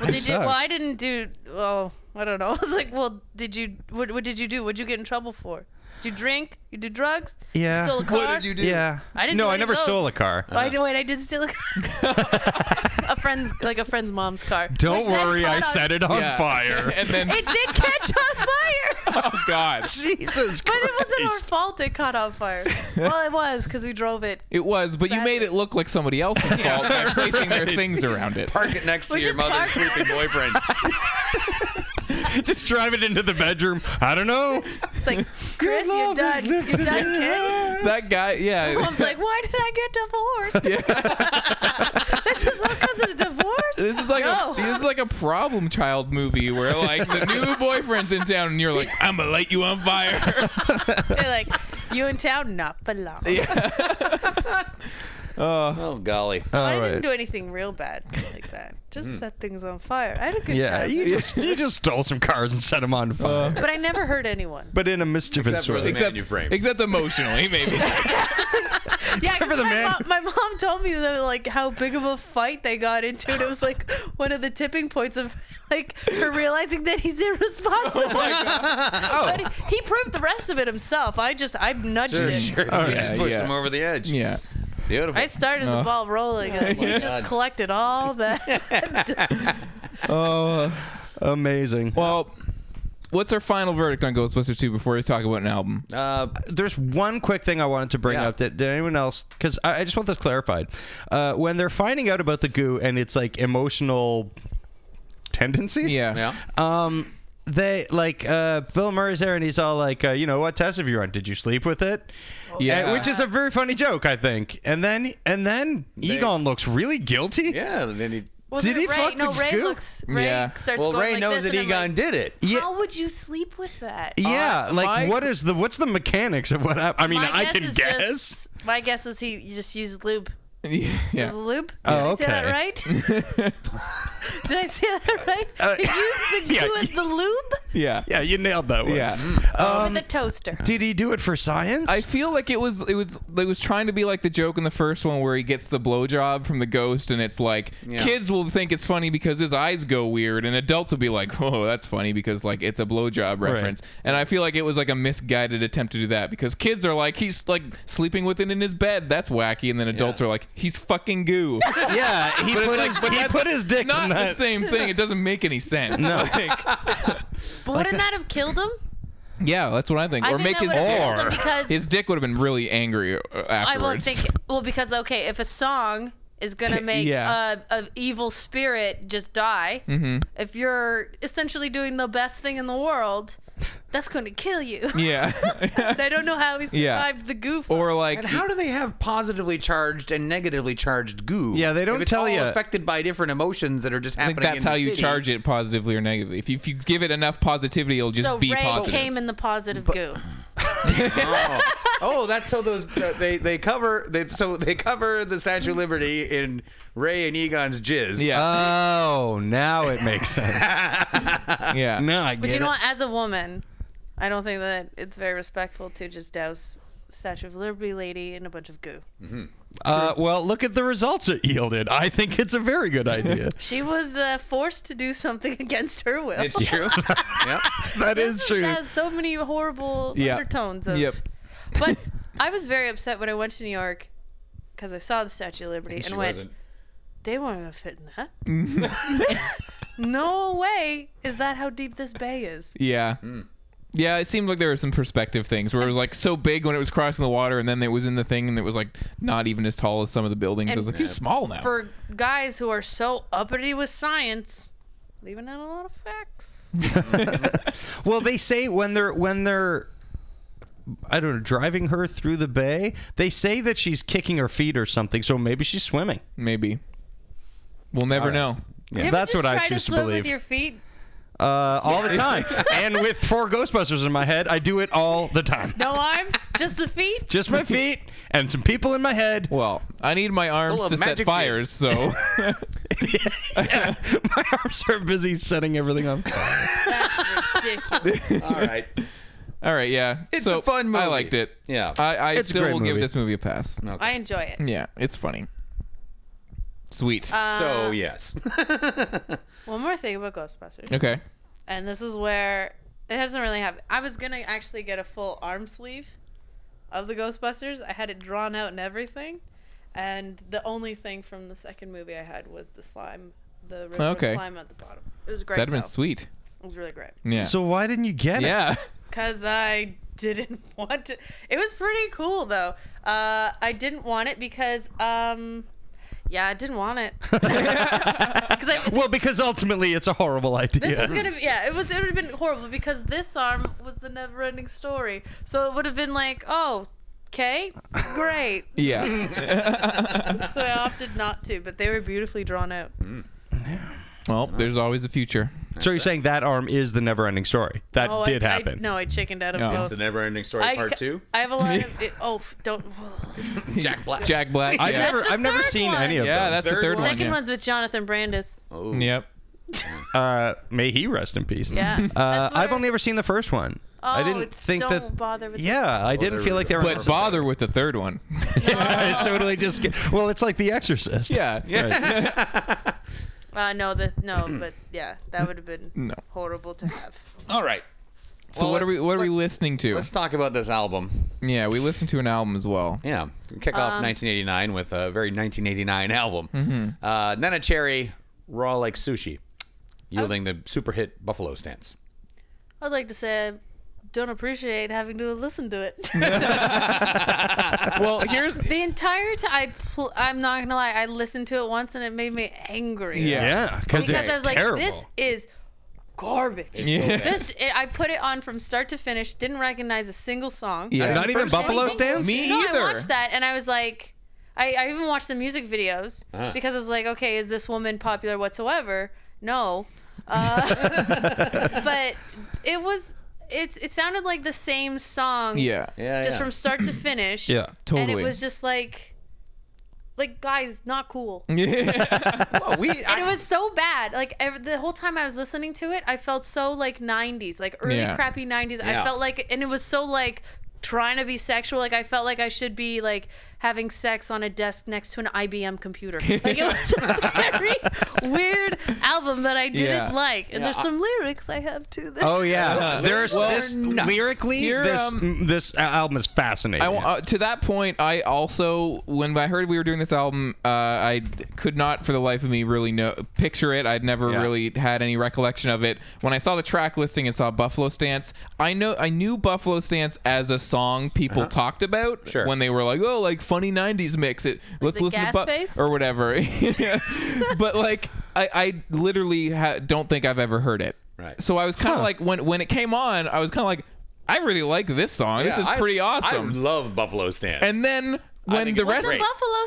Well, did you,
sucked.
well, I didn't do. Well, I don't know. I was like, well, did you? What, what did you do? What'd you get in trouble for? Did you drink? You did drugs?
Yeah.
You stole a car?
What did you do?
Yeah.
I didn't
No,
do
I
any of
never
those.
stole a car.
Oh, I, wait, I did steal a car. a friend's, like a friend's mom's car.
Don't
Which then
worry, I
caught on-
set it on
Yeah.
fire.
and then,
It did catch on fire.
oh, God.
Jesus Christ.
But it wasn't our fault it caught on fire. Well, it was because we drove it.
It was, but you made
Exactly.
it look like somebody else's fault by placing their things around it.
Park it next to
We
your
just
mother's
parked-
sleeping boyfriend.
Just drive it into the bedroom. I don't know.
It's like, Chris, you're done. You're done, kid.
That guy, yeah.
Mom's like, why did I get divorced? this is not because of the divorce.
This is like
no.
a this is like a problem child movie where like the new boyfriend's in town and you're like I'm gonna light you on fire.
They're like, you in town? Not for long.
Oh golly.
I
All
didn't
right.
do anything real bad like that. Just set things on fire. I had a good
Hmm. Yeah,
time.
you just you just stole some cars and set them on fire.
But I never hurt anyone.
but in a
Except
mischievous
for the
way.
man you framed.
Except emotionally, maybe.
yeah,
for the
my,
man-
Mom, my mom told me that, like how big of a fight they got into, and it was like one of the tipping points of like her realizing that he's irresponsible.
Oh
But he, he proved the rest of it himself. I just I nudged
Sure,
him.
sure. You
yeah,
just pushed
yeah.
him over the edge.
yeah.
Beautiful.
I started the
Oh.
ball rolling. and
my
he just
God.
collected all that.
Oh.
Amazing.
Well, what's our final verdict on Ghostbusters 2 before we talk about an album?
Uh,
there's one quick thing I wanted to bring
Yeah.
up. Did, did anyone else? Because I, I just want this clarified. Uh, when they're finding out about the goo and it's like emotional tendencies,
Yeah.
yeah.
Um, they like uh, Bill Murray's there and he's all like, uh, you know, what test have you run? Did you sleep with it?
Oh, Yeah.
Uh, which is a very funny joke, I think. And then and then Egon looks really guilty.
Yeah. And then he.
Was
Did
it
he
Ray?
fuck
no,
the
Ray
goop?
looks. Ray
Yeah.
starts
Well,
going
Ray
like
knows
this,
that
and I'm
Egon
like,
did it.
Yeah.
How would you sleep with that?
Yeah,
Uh,
like
my-
what is the what's the mechanics of what happened? I mean,
My
I can
is
guess.
Just, my guess is he just used lube. Is lube? Did I say that
okay.
right? Did I say that right? He used the,
Uh, yeah,
glue-
you-
the lube
Yeah.
Yeah, you nailed that one.
Yeah.
for the toaster.
Did he do it for science?
I feel like it was it was it was trying to be like the joke in the first one where he gets the blowjob from the ghost, and it's like kids will think it's funny because his eyes go weird, and adults will be like, "Oh, that's funny," because like it's a blowjob reference. And I feel like it was like a misguided attempt to do that because kids are like, "He's like sleeping with it in his bed, that's wacky," and then adults are like, "He's fucking goo."
yeah, he
But it's
put
like-
his
but
he
that's
put his dick
Not
in
the
that.
same thing. It doesn't make any sense. No.
But wouldn't that have killed him?
yeah, that's what I think.
I
or
think
make
that
his
would have
dick.
killed him because
His dick would have been really angry uh,
I
afterwards.
won't think. Well, because okay, if a song is gonna make
Yeah.
a, a evil spirit just die, if you're essentially doing the best thing in the world, that's gonna kill you.
Yeah.
I don't know how he
Yeah.
survived the goof.
or like
And how do they have positively charged and negatively charged goo?
Yeah, they don't
if it's
tell
all
ya.
affected by different emotions that are just
I
happening.
think that's
in the
how you
city.
charge it positively or negatively. If you, if you give it enough positivity, it'll just
so
be
Ray
positive.
came in the positive goo.
Oh, Oh, that's so those uh, they they cover they so they cover the Statue of Liberty in Ray and Egon's jizz.
yeah,
Oh, now it makes sense.
Uh,
yeah.
now I get
But you know
it.
what? As a woman, I don't think that it's very respectful to just douse Statue of Liberty lady in a bunch of goo.
Uh, well, look at the results it yielded. I think it's a very good idea.
She was uh, forced to do something against her will.
it's true. yeah,
that is true.
That has so many horrible
Yeah.
undertones of.
Yep.
But I was very upset when I went to New York because I saw the Statue of Liberty and,
she
went,
wasn't.
they weren't going to fit in that. no way is that how deep this bay is.
Yeah.
Hmm.
Yeah, it seemed like there were some perspective things where it was like so big when it was crossing the water, and then it was in the thing, and it was like not even as tall as some of the buildings. I
And-
was like, you're small now.
For guys who are so uppity with science, leaving out a lot of facts.
Well, they say when they're when they're I don't know, driving her through the bay, they say that she's kicking her feet or something, so maybe she's swimming.
Maybe. We'll never know.
You ever
That's
just
what I
try
choose to
swim
believe.
With your feet?
Uh, all the time. and with four Ghostbusters in my head, I do it all the time.
No arms, just the feet.
Just my feet and some people in my head.
Well, I need my arms
Full of
to set
magic
fires, so
my arms are busy setting everything up.
That's ridiculous.
All right.
all right, yeah.
It's
So,
a fun movie.
I liked it.
Yeah.
I, I
It's a
still
great
will give
movie.
this movie a pass.
I enjoy it.
Yeah, it's funny. Sweet.
Um,
Uh,
so yes,
One more thing about Ghostbusters.
okay.
and this is where it doesn't really happen. I was gonna actually get a full arm sleeve of the Ghostbusters. I had it drawn out and everything, and the only thing from the second movie I had was the slime, the regular
Okay.
slime at the bottom. It was great.
That'd
though.
been sweet.
It was really great
Yeah.
So why didn't you get it?
yeah.
because I didn't want to. It was pretty cool though. Uh, I didn't want it because, um, yeah, I didn't want it. 'Cause I,
Well, because ultimately it's a horrible idea.
This is gonna be yeah. It was it would have been horrible because this arm was the never-ending story. So it would have been like, oh, okay, great.
Yeah.
so I opted not to, but they were beautifully drawn out.
Mm,
well, there's always a future.
so you're saying that arm is the never ending story. That
oh, I-
did
I,
happen.
no, I chickened out of
No.
both.
It's
the never-ending story
I,
part two.
I have a lot of it, oh f- don't.
Jack Black.
Jack Black.
I've
yeah.
never,
the
I've never
third
seen
one.
any of
Yeah,
them.
that's the
Third
third
one.
one.
Second
yeah.
one's with Jonathan Brandis.
Yep.
Uh, may he rest in peace.
Yeah,
Uh,
that's
I've
where-
only ever seen the first one.
Oh,
I didn't
it's-
think
don't
that.
bother with
yeah, I didn't
they're-
feel like they were.
But bother with the third one.
I totally just. get- Well, it's like The Exorcist.
yeah.
Right.
Uh, no, the no, but yeah, that would have been horrible to have.
All right.
So
Well,
what are we what are we
let's-
listening to?
Let's talk about this album.
Yeah, we listened to an album as well.
Yeah, we kick
Um,
off 1989 with a very 1989 album.
Mm-hmm.
Uh, Nana Cherry, raw like sushi, yielding the super hit Buffalo stance.
I'd like to say I don't appreciate having to listen to it.
Well, here's
The entire time, I pl- I'm not gonna lie, I listened to it once and it made me angry.
Yeah.
Yeah, because
because
it's
I was like,
terrible.
this is garbage.
yeah.
This it, I put it on from start to finish. Didn't recognize a single song.
Yeah.
Not even
First
Buffalo
anything.
Stance?
Me
no,
either.
I watched that and I was like, I, I even watched the music videos
Uh-huh.
because I was like, okay, is this woman popular whatsoever? No, uh, but it was. It's it sounded like the same song.
Yeah.
Yeah,
Just
yeah.
from start to finish.
Yeah,
totally.
And it was just like like guys, not cool.
Well, we,
And
I-
it was so bad. Like ev the whole time I was listening to it, I felt so like '90s, like early
Yeah.
crappy '90s.
Yeah.
I felt like, and it was so like trying to be sexual. Like I felt like I should be like having sex on a desk next to an IBM computer. Like it was a very weird album that I didn't
Yeah.
like. And there's some lyrics I have too. That
Oh yeah, there's this lyrically.
Here,
this mm,
um,
this album is fascinating.
I, wa- uh, to that point, I also when I heard we were doing this album, uh, I d- could not for the life of me really know picture it. I'd never
Yeah.
really had any recollection of it. When I saw the track listing and saw Buffalo Stance, I know I knew Buffalo Stance as a song people
Uh-huh.
talked about
Sure.
when they were like, "Oh, like funny '90s mix it. Let's
the
listen to
gas
Buff
face?
or whatever." Yeah. but like, I, I literally ha- don't think I've ever heard it.
Right.
So I was kind of like when when it came on, I was kind of like. I really like this song. this
yeah,
is
I-
pretty awesome.
I love Buffalo Stance.
And then when
think
the
it's
rest,
the
great.
Buffalo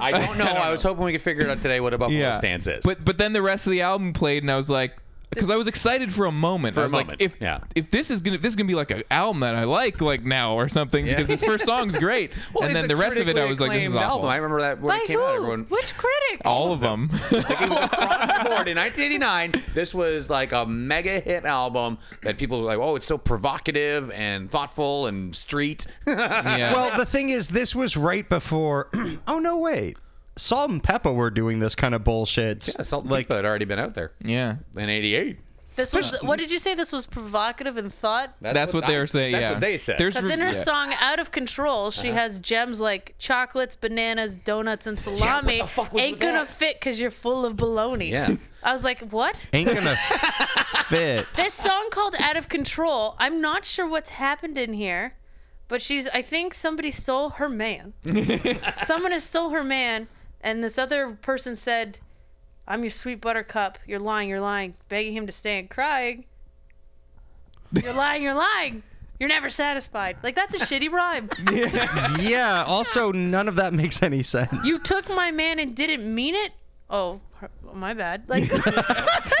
I don't know. I, was hoping we could figure it out today what a Buffalo
yeah,
stance is.
but but then the rest of the album played, and I was like, because I was excited for a moment.
For
I
a
was
moment,
like, if
yeah.
if this is gonna if this is gonna be like an album that I like like now or something, because this first song's great,
Well,
and
it's
then
a
the rest of it, I
critically
was like, this is
acclaimed
awful.
album. I remember that when
By
it came
who?
out, everyone
Which critic?
all of them.
Like it was across the board in 1989. This was like a mega hit album that people were like, "Oh, it's so provocative and thoughtful and street."
yeah.
Well, the thing is, this was right before. oh no, wait. Salt and Peppa were doing this kind of bullshit.
Yeah, Salt and like, Peppa had already been out there
yeah.
in '88.
This was. What did you say? This was provocative and thought.
That's what they were saying.
That's
yeah.
what they said.
There's
Because
re-
in her
yeah.
song "Out of Control," she has gems like chocolates, bananas, donuts, and salami. Ain't gonna fit because you're full of baloney.
Yeah.
I was like, what?
Ain't gonna fit.
This song called "Out of Control." I'm not sure what's happened in here, but she's. I think somebody stole her man. Someone has stole her man, and this other person said, "I'm your sweet buttercup. You're lying. You're lying. Begging him to stay and crying. You're lying. You're lying." You're never satisfied. Like that's a shitty rhyme.
Yeah. Also, none of that makes any sense.
you took my man and didn't mean it oh her- my bad like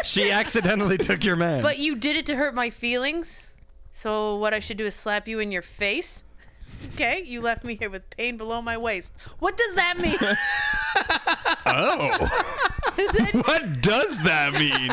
she accidentally took your man.
but you did it to hurt my feelings so what i should do is slap you in your face okay you left me here with pain below my waist what does that mean
oh. what does that mean?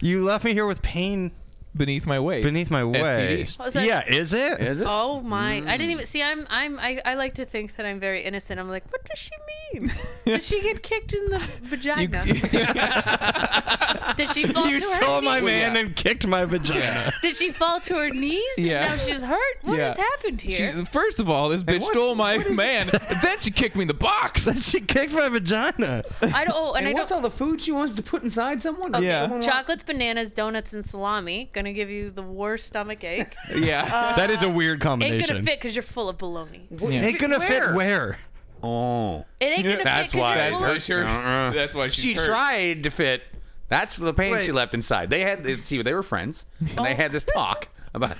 you left me here with pain
beneath my waist.
beneath my
STD.
waist.
Oh, is that-
Yeah, is it? Is it?
oh my i didn't even see i'm i'm I, I like to think that i'm very innocent i'm like what does she mean did she get kicked in the vagina did she fall
Oh, You
to her
stole my
knees?
man and kicked my vagina.
did she fall to her knees
Yeah.
yeah now she's hurt what
Yeah.
has happened here
She, first of all, this bitch
what-
stole my
what is-
man. then she kicked me in the box.
Then she kicked my vagina.
i don't oh and, i don't
all the food she wants to put inside someone?
Yeah.
Chocolates, bananas, donuts, and salami. Gonna give you the worst stomach ache.
Yeah.
that is a weird
Ain't
combination.
gonna fit because you're full of bologna.
Ain't gonna fit where?
Oh,
It ain't gonna
That's
fit
why
because
it
you're full
hurts.
of
Sure.
Uh-uh.
That's why she's
she
hurt.
tried to fit. That's the pain she
Wait.
left inside. They had see they were friends and
Oh.
they had this talk about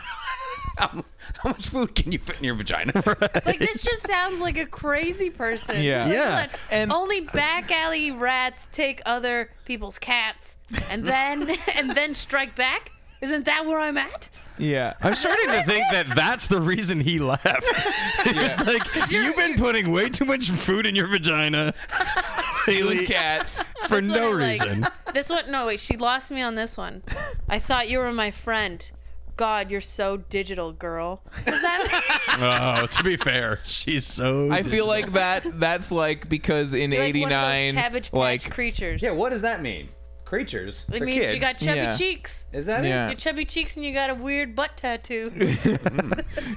how, how much food can you fit in your vagina.
like this. Just sounds like a crazy person.
Yeah.
Like,
Yeah.
hold on.
And-
only back alley rats take other people's cats, and then and then strike back. Isn't that where I'm at?
Yeah.
I'm starting to think that that's the reason he left. It's just like you've been putting way too much food in your vagina, Haley,
Cats.
for
This
no
one I like.
reason.
This one, no wait, she lost me on this one. I thought you were my friend. God, you're so digital, girl. Was that?
Oh, to be fair, she's so.
I feel like that that's like because in
You're like one of those
'89,
cabbage patch
like
creatures.
Yeah, what does that mean? Creatures.
it
for
means
kids.
you got chubby
Yeah.
cheeks.
Is that
Yeah.
it?
Your chubby cheeks, and you got a weird butt tattoo.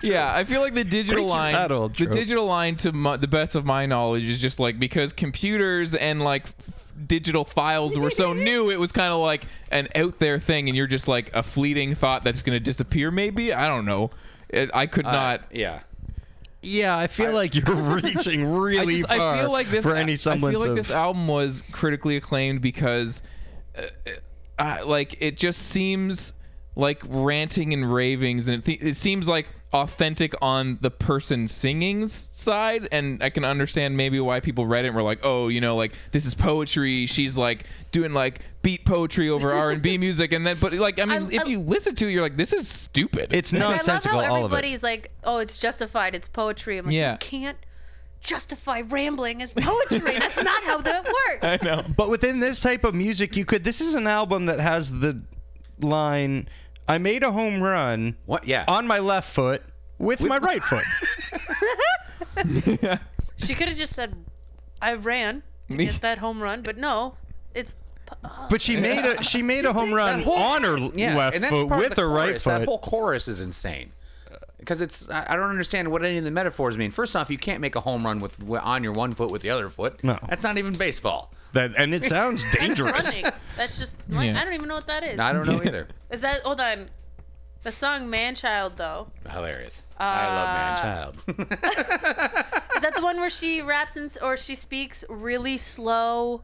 yeah, I feel like the digital
Creatures.
line,
That old
the
trope.
digital line to my, the best of my knowledge is just like because computers and like f- digital files were so new, it was kind of like an out there thing, and you're just like a fleeting thought that's going to disappear. Maybe I don't know. It, I could not.
Yeah.
Yeah, I feel like you're reaching
I,
really
just,
far
I feel like this.
for any semblance
I feel like
of.
this album was critically acclaimed because, uh, uh, like, it just seems like ranting and ravings, and it, th- it seems like authentic on the person singing's side. And I can understand maybe why people read it and were like, "Oh, you know, like this is poetry." She's like doing like beat poetry over R and B music, and then but like I mean,
I-
if
I-
you listen to it, you're like, "This is stupid."
it's
I love
nonsensical,
how
all of it.
everybody's like, "Oh, it's justified. It's poetry." I'm like,
Yeah.
you can't justify rambling as poetry. That's not how that works.
I know.
But within this type of music, you could. This is an album that has the line, "I made a home run."
What? Yeah.
On my left foot with, my right foot.
She could have just said, "I ran to get that home run," but no, it's
But she made a she made a home run
That whole-
on her l-
yeah,
left
and that's
foot
part of
with
the
her right
chorus. That
foot.
whole chorus is insane. Because it's, I I don't understand what any of the metaphors mean. First off, you can't make a home run with wi- on your one foot with the other foot.
No.
that's not even baseball.
That, and it sounds dangerous.
running. That's just like,
Yeah.
I don't even know what that is.
I don't know either.
Is that hold on? The song "Manchild" though
Hilarious. I love man child.
is that the one where she raps and s- or she speaks really slow,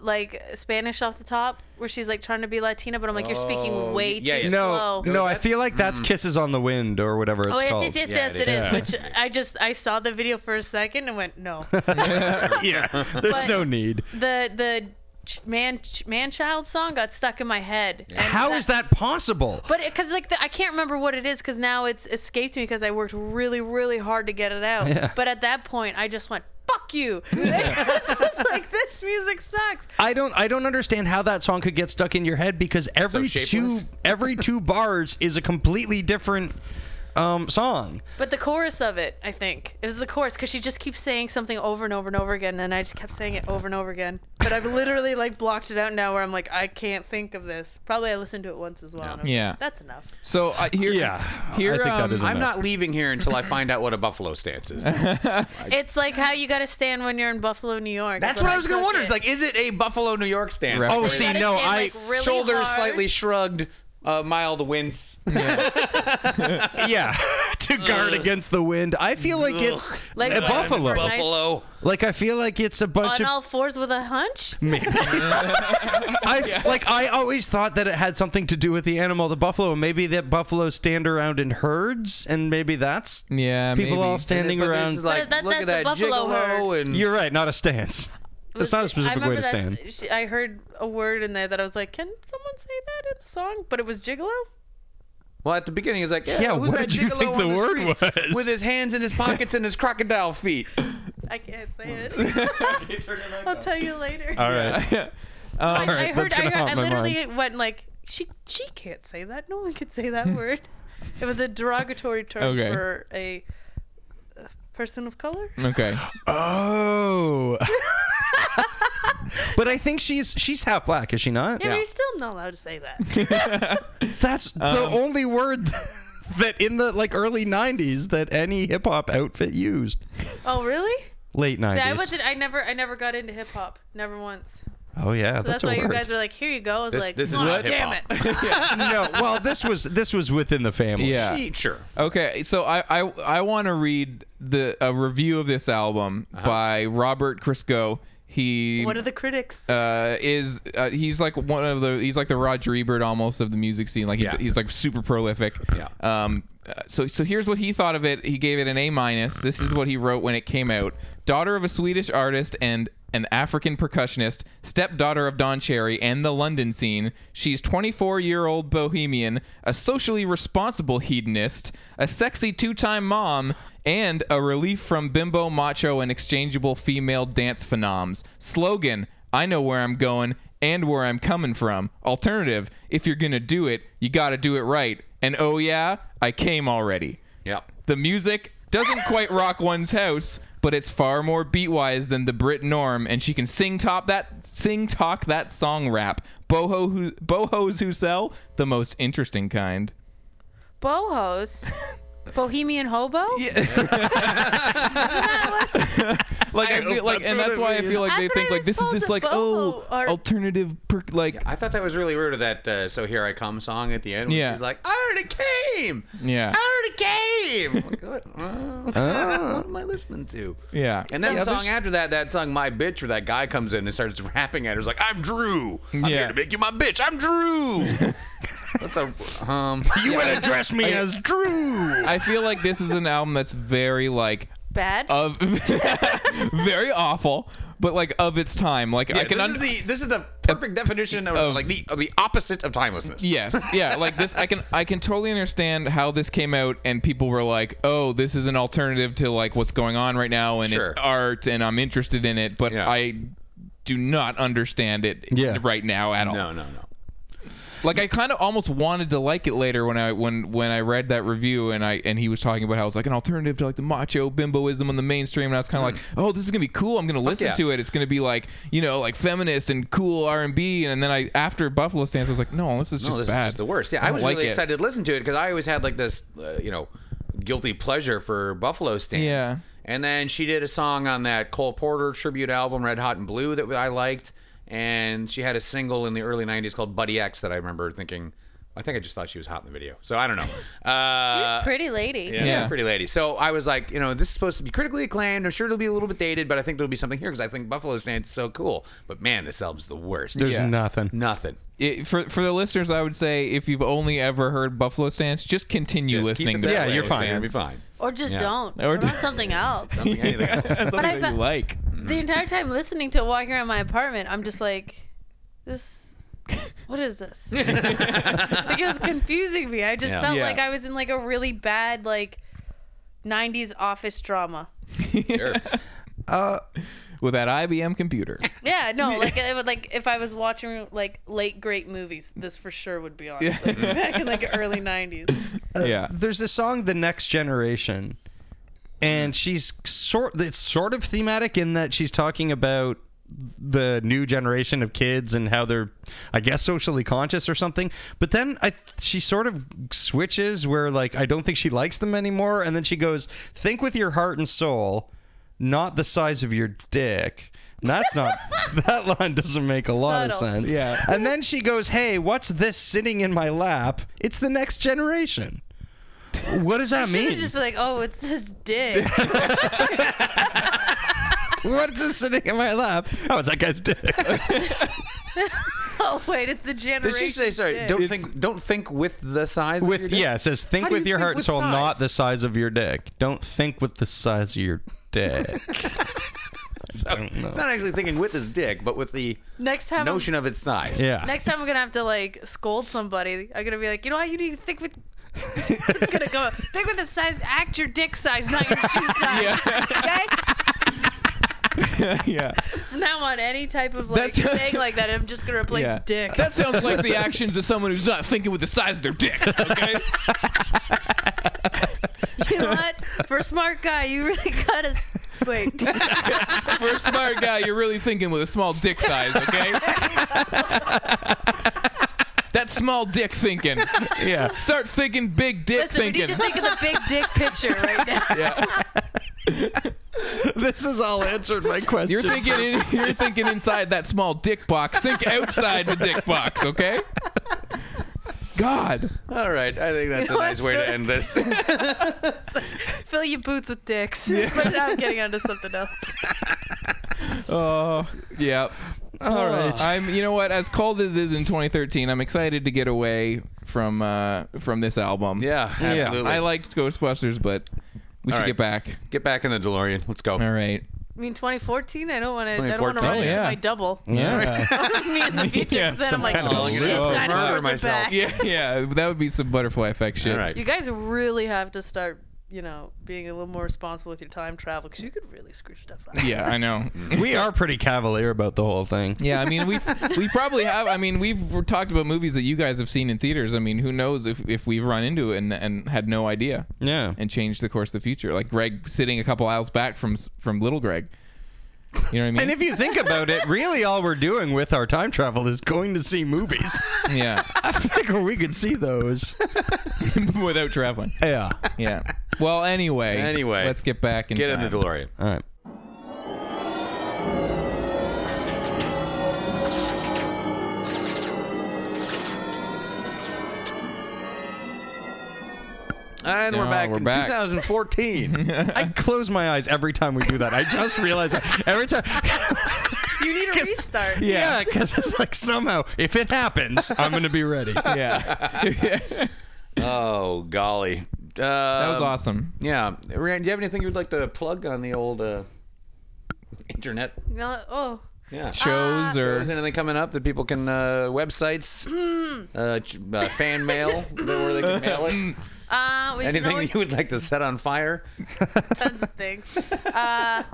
like Spanish off the top, where she's like trying to be Latina, but I'm like, you're speaking way
yeah,
too
yeah.
no,
slow.
no, I feel like
Mm.
that's "Kisses on the Wind" or whatever it's
Oh yes,
called.
yes, yes,
Yeah,
yes,
it
it is.
is.
Which I just I saw the video for a second and went no.
yeah, there's
But-
no need.
the the ch- man man child song got stuck in my head. And
How is that possible?
But because like the, I can't remember what it is because now it's escaped me because I worked really really hard to get it out. But at that point, I just went fuck you. I was like, this music sucks.
I don't I don't understand how that song could get stuck in your head because every two
shapeless?
every two bars is a completely different um, song.
But the chorus of it, I think, is the chorus because she just keeps saying something over and over and over again, and I just kept saying it over and over again. But I've literally like blocked it out now, where I'm like, I can't think of this. Probably I listened to it once as well. and I was
Yeah.
like, that's enough.
So I here,
Yeah,
here,
I think that
um,
is a-
I'm not leaving here until I find out what a buffalo stance is.
It's like how you got to stand when you're in Buffalo, New York.
That's what I was gonna
took
wonder.
it.
It's like, is it a Buffalo New York stance?
Right. Oh,
You gotta
see, no,
stand,
I-
really
shoulders
hard.
slightly shrugged, a mild wince.
Yeah, to guard against the wind. I feel like it's
Like
a
when-
buffalo.
Nice.
Buffalo.
Like I feel like it's a bunch
on
of
all fours with a hunch.
I like I always thought that it had something to do with the animal, the buffalo. Maybe that buffalo stand around in herds, and maybe that's
Yeah,
people
maybe.
all standing
But this
around.
is like,
that-
look at
that's
that
a buffalo
gigolo and
You're right, not a stance. It's not a specific
I
way to
remember
stand.
that- she- I heard a word in there that I was like, can someone say that in a song? But it was gigolo.
Well, at the beginning, he's like, "Yeah,
Yeah,
who's
what
that
did you
gigolo
think
on
the word
street
was?
With his hands in his pockets and his crocodile feet.
I can't say it. I'll tell you later.
All right.
I,
right,
I heard.
that's
I,
gonna
heard I
haunt my
literally went like, she she can't say that. No one can say that word. It was a derogatory term
Okay.
for a uh, person of color.
Okay.
Oh. but I think she's she's half black, is she not?
Yeah, but you're still not allowed to say that.
That's the only word that in the like early '90s that any hip hop outfit used.
oh, really?
Late '90s.
I wasn't. I never. I never got into hip hop. Never once.
oh yeah,
So that's,
a
why
word.
you guys were like, "Here you go." I was
This-
like,
this is
"Aw,
not
damn it."
hip-hop.
no, well, this was this was within the family.
Yeah.
Sure.
Okay, so I I, I want to read the a review of this album
Uh-huh.
by Robert Crisco. He
What are the critics?
uh, is uh, he's like one of the he's like the Roger Ebert almost of the music scene. Like he,
Yeah.
he's like super prolific.
Yeah.
Um. uh, So so here's what he thought of it. He gave it an A minus. This is what he wrote when it came out. Daughter of a Swedish artist and an African percussionist, stepdaughter of Don Cherry and the London scene. She's 24 year old bohemian, a socially responsible hedonist, a sexy two time mom, and a relief from bimbo, macho, and exchangeable female dance phenoms. Slogan I know where I'm going and where I'm coming from. Alternative, if you're going to do it, you got to do it right. And oh, yeah, I came already.
Yep.
The music doesn't quite rock one's house, but it's far more beat-wise than the Brit norm, and she can sing top that sing talk that song rap. Boho who bohos who sell the most interesting kind.
Bohos. Bohemian hobo?
Like I, feel like, and that's why I feel like
means.
they
I
think
thought it
like this is
was
this
called
like
a
oh
boho, or-
alternative per, like
I thought that was really rude of that uh, "So Here I Come" song at the end. When
Yeah.
She's like, "I already came.
Yeah.
I already came." Like, what? Uh, what am I listening to?
Ah. Yeah.
And then the
Yeah,
song
there's-
after that, that song "My Bitch," where that guy comes in and starts rapping at her, is like, "I'm Drew. I'm
Yeah.
here to make you my bitch. I'm Drew." That's a um.
You would address me as Drew.
I feel like this is an album that's very like
bad.
Oh,
of very awful, but like of its time. Like I
Yeah,
can
this
un-
is the this is the perfect definition of,
of-
like the of the opposite of timelessness.
Yes. Yeah. Like this, I can I can totally understand how this came out, and people were like, "Oh, this is an alternative to like what's going on right now, and
Sure.
it's art, and I'm interested in it." But
Yeah.
I do not understand it
Yeah.
right now at all.
No, no, no.
Like I kind of almost wanted to like it later when I when when I read that review and I and he was talking about how it's like an alternative to like the macho bimboism on the mainstream and I was kind of like oh this is gonna be cool I'm gonna listen
Mm. yeah.
to it it's gonna be like you know like feminist and cool R and B and then I after Buffalo Stance I was like no this is just
no, this
bad
is just the worst. Yeah, I,
don't
was
like
really
it.
excited to listen to it because I always had like this, uh, you know, guilty pleasure for Buffalo Stance.
Yeah.
And then she did a song on that Cole Porter tribute album, Red Hot and Blue, that I liked. And she had a single in the early '90s called Buddy X that I remember thinking. I think I just thought she was hot in the video, so I don't know. Uh,
Pretty lady.
yeah,
Yeah.
pretty lady. So I was like, you know, this is supposed to be critically acclaimed. I'm sure it'll be a little bit dated, but I think there'll be something here because I think Buffalo Stance is so cool. But man, this album's the worst.
There's
Yeah.
nothing.
nothing.
it, for for the listeners, I would say if you've only ever heard Buffalo Stance, just continue
Just keep
listening.
it
to
that
Yeah,
way.
you're fine.
It'll
Buffalo
be
Stance.
fine.
Or just
Yeah.
don't.
Or
Or
just-
something else.
Something- anything else.
Something
I
that you
fe-
like.
the entire time listening to it walking around my apartment, I'm just like, this. What is this? like it was confusing me. I just
Yeah.
felt
Yeah.
like I was in like a really bad like '90s office drama.
with that IBM computer.
Yeah, no, like it would like if I was watching like late great movies, this for sure would be on like, back in like early '90s.
yeah,
There's this song, The Next Generation, and she's sort. It's sort of thematic in that she's talking about the new generation of kids and how they're, I guess, socially conscious or something. But then I, she sort of switches where like I don't think she likes them anymore, and then she goes, "Think with your heart and soul, not the size of your dick." And That's not that line doesn't make a lot
Subtle.
of sense.
Yeah.
And then she goes, "Hey, what's this sitting in my lap? It's the next generation." What does that
Should
mean?
have just been like, oh, it's this dick.
What's this sitting in my lap? Oh, it's that guy's dick.
oh wait, it's the generation.
Did she say sorry?
dick.
Don't think. Don't think with the size. of your
with
dick?
yeah, it says
How
think
do
with
you
your
think
heart and
with
soul, not
size?
the size of your dick. Don't think with the size of your dick. I don't know.
It's not actually thinking with his dick, but with the
next time
notion of its size.
Yeah.
Next time I'm gonna have to like scold somebody. I'm gonna be like, you know what? You need to think with. I'm gonna go think with the size. Act your dick size, not your shoe size. Okay.
yeah.
From Now on, any type of like
That's-
thing like that, I'm just gonna replace
Yeah.
dick.
That sounds like the actions of someone who's not thinking with the size of their dick. Okay.
you know what? For a smart guy, you really gotta wait.
For a smart guy, you're really thinking with a small dick size. Okay. That small dick thinking.
Yeah.
Start thinking big dick
Listen, we
thinking.
need to think of the big dick picture right now.
this has all answered my question.
You're thinking in, you're thinking inside that small dick box. Think outside the dick box, okay? God.
All right. I think that's
You know
a nice way
what?
to end this.
Fill your boots with dicks. but now I'm getting onto something else.
Oh, yeah.
Uh, all right.
I'm you know what, as cold as is in 2013, I'm excited to get away from uh from this album.
yeah. Absolutely.
I liked Ghostbusters, but we
All
should
right.
get back.
Get back in the DeLorean. Let's go.
All right.
I mean, 2014. I don't want to. I don't want to
2014.
run
Oh,
into
yeah.
my double.
Yeah.
me in the future.
Yeah,
so then
some
I'm like,
kind of
oh,
loser.
shit,
Oh,
dinosaurs
murder
are
myself.
back.
yeah, yeah. That would be some butterfly effect shit.
All right.
You guys really have to start, you know, being a little more responsible with your time travel because you could really screw stuff up.
Yeah, I know.
we are pretty cavalier about the whole thing.
Yeah, I mean we we probably have. I mean we've we're talked about movies that you guys have seen in theaters. I mean who knows if, if we've run into it and, and had no idea
Yeah.
and changed the course of the future. Like Greg sitting a couple aisles back from s- from little Greg. You know what I mean?
And if you think about it, really all we're doing with our time travel is going to see movies.
yeah,
I figure we could see those.
without traveling.
Yeah.
Yeah. Well, anyway.
Anyway.
let's get back in.
Get in
time.
the DeLorean.
All right.
And we're
No,
back
we're
in
back.
2014.
I close my eyes every time we do that. I just realize that every time.
You need a restart.
Yeah, because it's like somehow if it happens, I'm gonna be ready.
Yeah.
oh golly,
That was awesome.
Yeah, Rand, do you have anything you'd like to plug on the old uh, internet?
No, oh,
Yeah.
Shows or
Is anything coming up that people can uh, websites, uh, ch- uh, fan mail, where they can mail it?
uh, we
Anything
can always
that you would like to set on fire?
tons of things. Uh,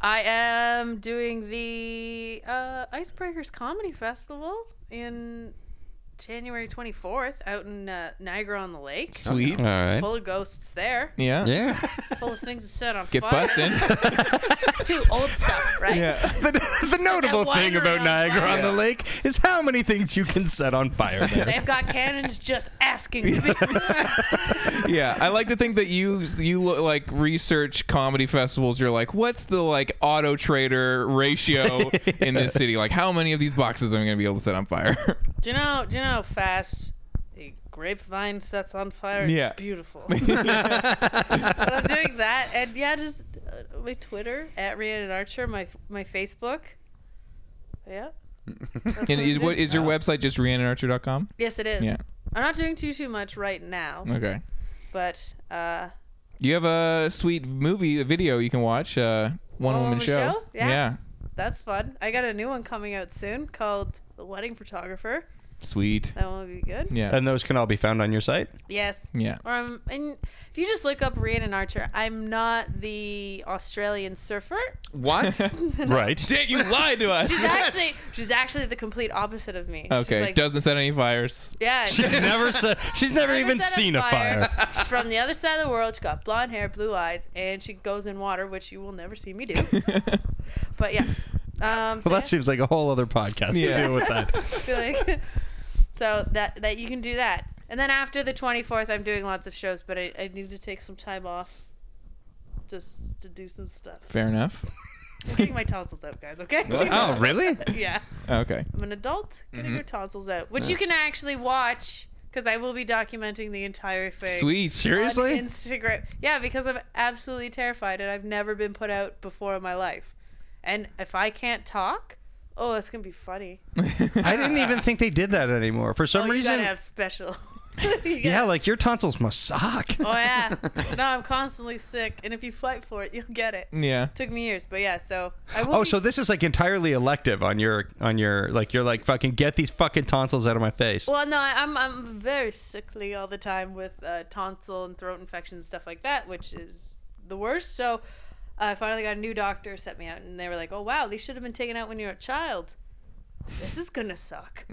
I am doing the uh, Icebreakers Comedy Festival in January 24th out in uh, Niagara on the Lake.
sweet.
All right.
Full of ghosts there.
Yeah.
Yeah.
Full of things to set on
Get
fire.
busted.
Too old stuff, right?
the, the notable
Like a
thing
winery
about
on
Niagara
fire.
on the Lake is how many things you can set on fire there.
They've got cannons just asking to be.
yeah, I like to think that you you look like research comedy festivals. You're like, what's the like auto trader ratio in this city? Like, how many of these boxes am I gonna be able to set on fire?
Do you know? Do you know how fast the grapevine sets on fire? It's
Yeah.
beautiful. but I'm doing that, and yeah, just uh, my Twitter at Rhiannon Archer, my my Facebook. Yeah.
and is what is your website just RhiannonArcher.com?
Yes, it is.
Yeah. Mm.
I'm not doing too too much right now,
Okay.
but uh,
You have a sweet movie, a video you can watch. Uh, one, woman,
One-woman
show.
show? Yeah. that's fun. I got a new one coming out soon called The Wedding Photographer.
Sweet.
That one will be good.
Yeah.
And those can all be found on your site.
Yes.
yeah.
Or I'm, and if you just look up Rhiannon Archer, I'm not the Australian surfer.
What?
Right.
you lied to us.
She's
Yes.
actually she's actually the complete opposite of me.
Okay.
She's like,
Doesn't set any fires.
yeah.
She's never se- she's never
never
even
set
seen a fire.
She's from the other side of the world. She's got blonde hair, blue eyes, and she goes in water, which you will never see me do. but yeah. Um, so,
Well, that seems like a whole other podcast
Yeah.
to deal with that.
yeah, I feel like- so that that you can do that. And then after the 24th, I'm doing lots of shows, but I, I need to take some time off just to do some stuff.
Fair enough.
I'm getting my tonsils out, guys. Okay.
oh, really?
yeah.
Okay.
I'm an adult getting
Mm-hmm.
your tonsils out, which you can actually watch because I will be documenting the entire thing.
Sweet.
Seriously?
On Instagram. Yeah, because I'm absolutely terrified and I've never been put out before in my life. And if I can't talk, oh, that's going to be funny.
I didn't even think they did that anymore. For
Oh,
some
you got
reason,
to have special.
yeah, like your tonsils must suck.
Oh, yeah. No, I'm constantly sick. And if you fight for it, you'll get it.
Yeah.
Took me years, but yeah, so I will.
Mm. Oh,
be-
so this is like entirely elective on your on your like you're like fucking get these fucking tonsils out of my face.
Well, no, I- I'm I'm very sickly all the time with uh, tonsil and throat infections and stuff like that, which is the worst. So I finally got a new doctor set me out, and they were like, "Oh wow, these should have been taken out when you were a child. This is gonna suck."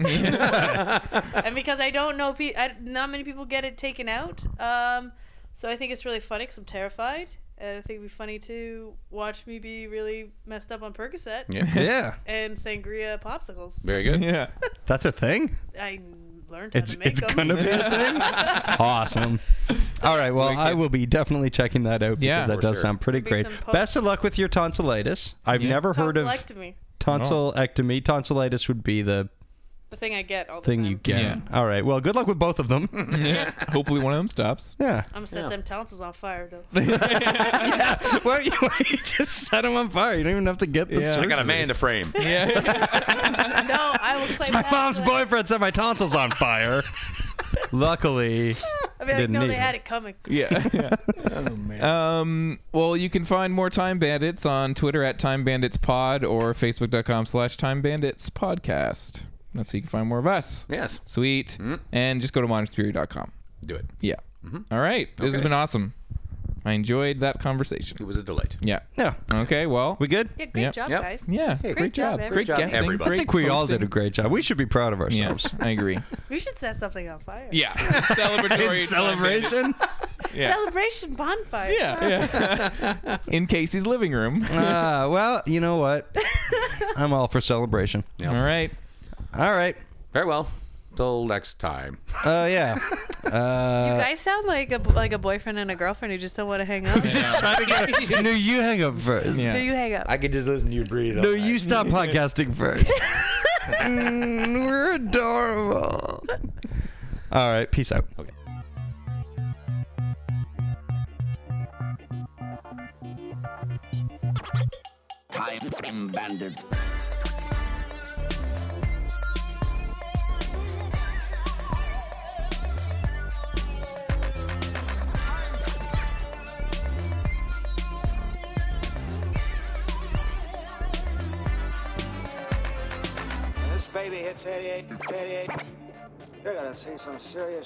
and because I don't know, pe- I, not many people get it taken out. Um, so I think it's really funny because I'm terrified, and I think it'd be funny to watch me be really messed up on Percocet
yeah,
and sangria popsicles.
Very good.
Yeah.
that's a thing.
I learned how
It's
to make
it's
them.
gonna be a thing. awesome. All right, well, I will be definitely checking that out because
Yeah.
that
For
does
sure.
sound pretty
Maybe
great.
some post-
Best of luck with your tonsillitis. I've never heard of
Tonsillectomy,
tonsillectomy. Tonsillitis would be the
the thing I get all the
thing
time.
you get.
Yeah.
All right. Well, good luck with both of them.
Hopefully one of them stops.
yeah.
I'm gonna set them tonsils on fire though.
Why don't, you, why don't you just set them on fire? You don't even have to get the.
Yeah.
I got a
surgery.
man to frame.
no, I will play.
It's my mom's boyfriend set my tonsils on fire. Luckily,
I'll be like,
didn't
no,
need
they
it.
had it coming.
Yeah.
Oh,
Um, well, you can find more Time Bandits on Twitter at Time Bandits Pod or Facebook.com slash Time Bandits Podcast. That's how you can find more of us.
Yes.
Sweet.
Mm-hmm.
And just go to modernspirit.com.
Do it.
Yeah. All right. This has
Okay.
been awesome. I enjoyed that conversation.
It was a delight.
Yeah.
yeah,
Okay. Well,
we good.
Yeah, great
Yep.
job,
Yep.
guys.
yeah. great, job.
job, everybody.
Great
job,
guesting.
everybody.
I
Great
think we all did a
hosting.
great job. We should be proud of
Yeah,
ourselves.
I agree.
We should set something on fire.
Yeah. Celebratory Time Bandits.
Celebration.
Celebration bonfire.
Yeah. yeah. In Casey's living room.
uh, well, you know what? I'm all for celebration.
All right.
All right.
Very well. Till next time.
Oh yeah.
You guys sound like a like a boyfriend and a girlfriend who just don't want to hang out.
just trying to get. no, you hang up first.
Yeah.
Do you hang up?
I could just listen to you breathe.
No, you stop podcasting first. Mm, we're adorable. All right. Peace out. Okay.
Time Bandits.
baby hits 88, 88, you're gonna see some serious.